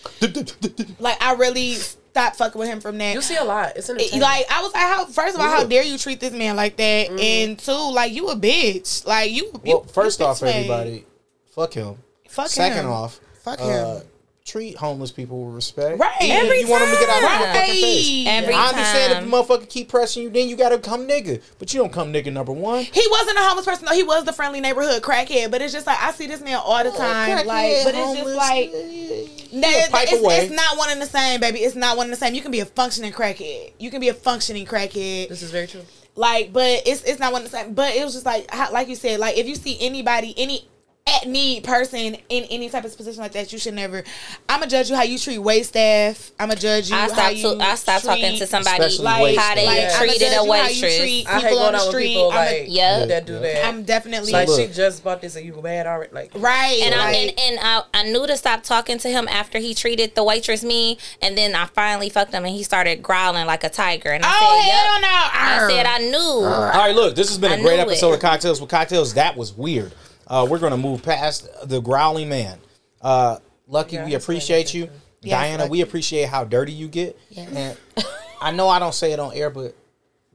Speaker 2: Like I really stopped fucking with him from that.
Speaker 5: You see a lot. It's
Speaker 2: It-
Speaker 5: entertaining.
Speaker 2: like I was like, how first of all, how
Speaker 1: Yeah.
Speaker 2: dare you treat this man like that? And two, like you a bitch. Like you.
Speaker 1: Well,
Speaker 2: you-
Speaker 1: first
Speaker 2: you bitch
Speaker 1: off,
Speaker 2: made.
Speaker 1: everybody, fuck him.
Speaker 2: Fuck
Speaker 1: Second
Speaker 2: him.
Speaker 1: off,
Speaker 2: Fuck
Speaker 1: uh,
Speaker 2: him.
Speaker 1: treat homeless people with respect.
Speaker 2: Right.
Speaker 1: Even if
Speaker 2: Every
Speaker 1: you want them to get out of your
Speaker 4: time.
Speaker 1: fucking face.
Speaker 4: Every
Speaker 1: I understand if
Speaker 4: time.
Speaker 1: the motherfucker keep pressing you, then you gotta come nigga. But you don't come nigga number one.
Speaker 2: He wasn't a homeless person though. He was the friendly neighborhood crackhead. But it's just like I see this man
Speaker 1: Oh,
Speaker 2: all the time. like, but it's just like that-
Speaker 1: a pipe
Speaker 2: it's,
Speaker 1: away.
Speaker 2: it's not one and the same, baby. It's not one and the same. You can be a functioning crackhead. You can be a functioning crackhead.
Speaker 5: this is very true.
Speaker 2: Like, but it's it's not one of the same. But it was just like how, like you said, like if you see anybody, any at need person in any type of position like that, you should never. I'ma judge you how you treat wait staff. I'ma judge you.
Speaker 4: I
Speaker 2: how
Speaker 4: stopped
Speaker 2: you
Speaker 4: to, I stopped talking
Speaker 2: treat-
Speaker 4: to somebody
Speaker 1: Especially wait
Speaker 4: how they
Speaker 1: staff.
Speaker 5: Like,
Speaker 2: I'ma
Speaker 4: treated
Speaker 2: judge
Speaker 4: a
Speaker 2: you how you
Speaker 4: waitress.
Speaker 2: treat-
Speaker 5: I hate
Speaker 2: People on
Speaker 5: going
Speaker 2: the
Speaker 5: out with
Speaker 2: street,
Speaker 5: people
Speaker 2: I'm a-
Speaker 5: like
Speaker 4: Yeah.
Speaker 5: that do that.
Speaker 2: I'm definitely
Speaker 5: like
Speaker 1: So
Speaker 5: she
Speaker 1: look.
Speaker 5: just bought this and you mad already. Like
Speaker 2: right.
Speaker 4: And I
Speaker 2: like,
Speaker 4: and, and I, I knew to stop talking to him after he treated the waitress mean, and then I finally fucked him, and he started growling like a tiger. And I
Speaker 2: oh
Speaker 4: said,
Speaker 2: hell
Speaker 4: "Yep."
Speaker 2: no!
Speaker 4: I
Speaker 2: Arr.
Speaker 4: said, "I knew."
Speaker 1: All right, look, this has been
Speaker 4: I
Speaker 1: a great
Speaker 4: knew
Speaker 1: episode
Speaker 4: it.
Speaker 1: of Cocktails with Cocktails. That was weird. Uh, we're going to move past the growly man. Uh, Lucky,
Speaker 5: Yeah,
Speaker 1: we
Speaker 5: that's
Speaker 1: appreciate
Speaker 5: what I
Speaker 1: you.
Speaker 2: Yes,
Speaker 1: Diana, we
Speaker 2: Lucky.
Speaker 1: appreciate how dirty you get.
Speaker 4: Yes.
Speaker 1: And I know I don't say it on air, but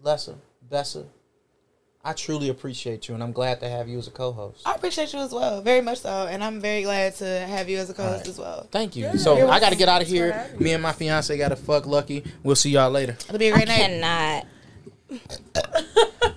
Speaker 1: Lesser, Besser, I truly appreciate you, and I'm glad to have you as a co host.
Speaker 2: I appreciate you as well, very much so, and I'm very glad to have you as a co-host
Speaker 1: Alright.
Speaker 2: as well.
Speaker 1: Thank you.
Speaker 5: Yeah,
Speaker 1: so
Speaker 5: you're
Speaker 1: I got to
Speaker 5: welcome.
Speaker 1: get out of
Speaker 5: Thanks for
Speaker 1: here.
Speaker 5: having
Speaker 1: Me and my fiance got to fuck Lucky. We'll see y'all later.
Speaker 2: It'll be a
Speaker 4: I
Speaker 2: great night.
Speaker 4: cannot.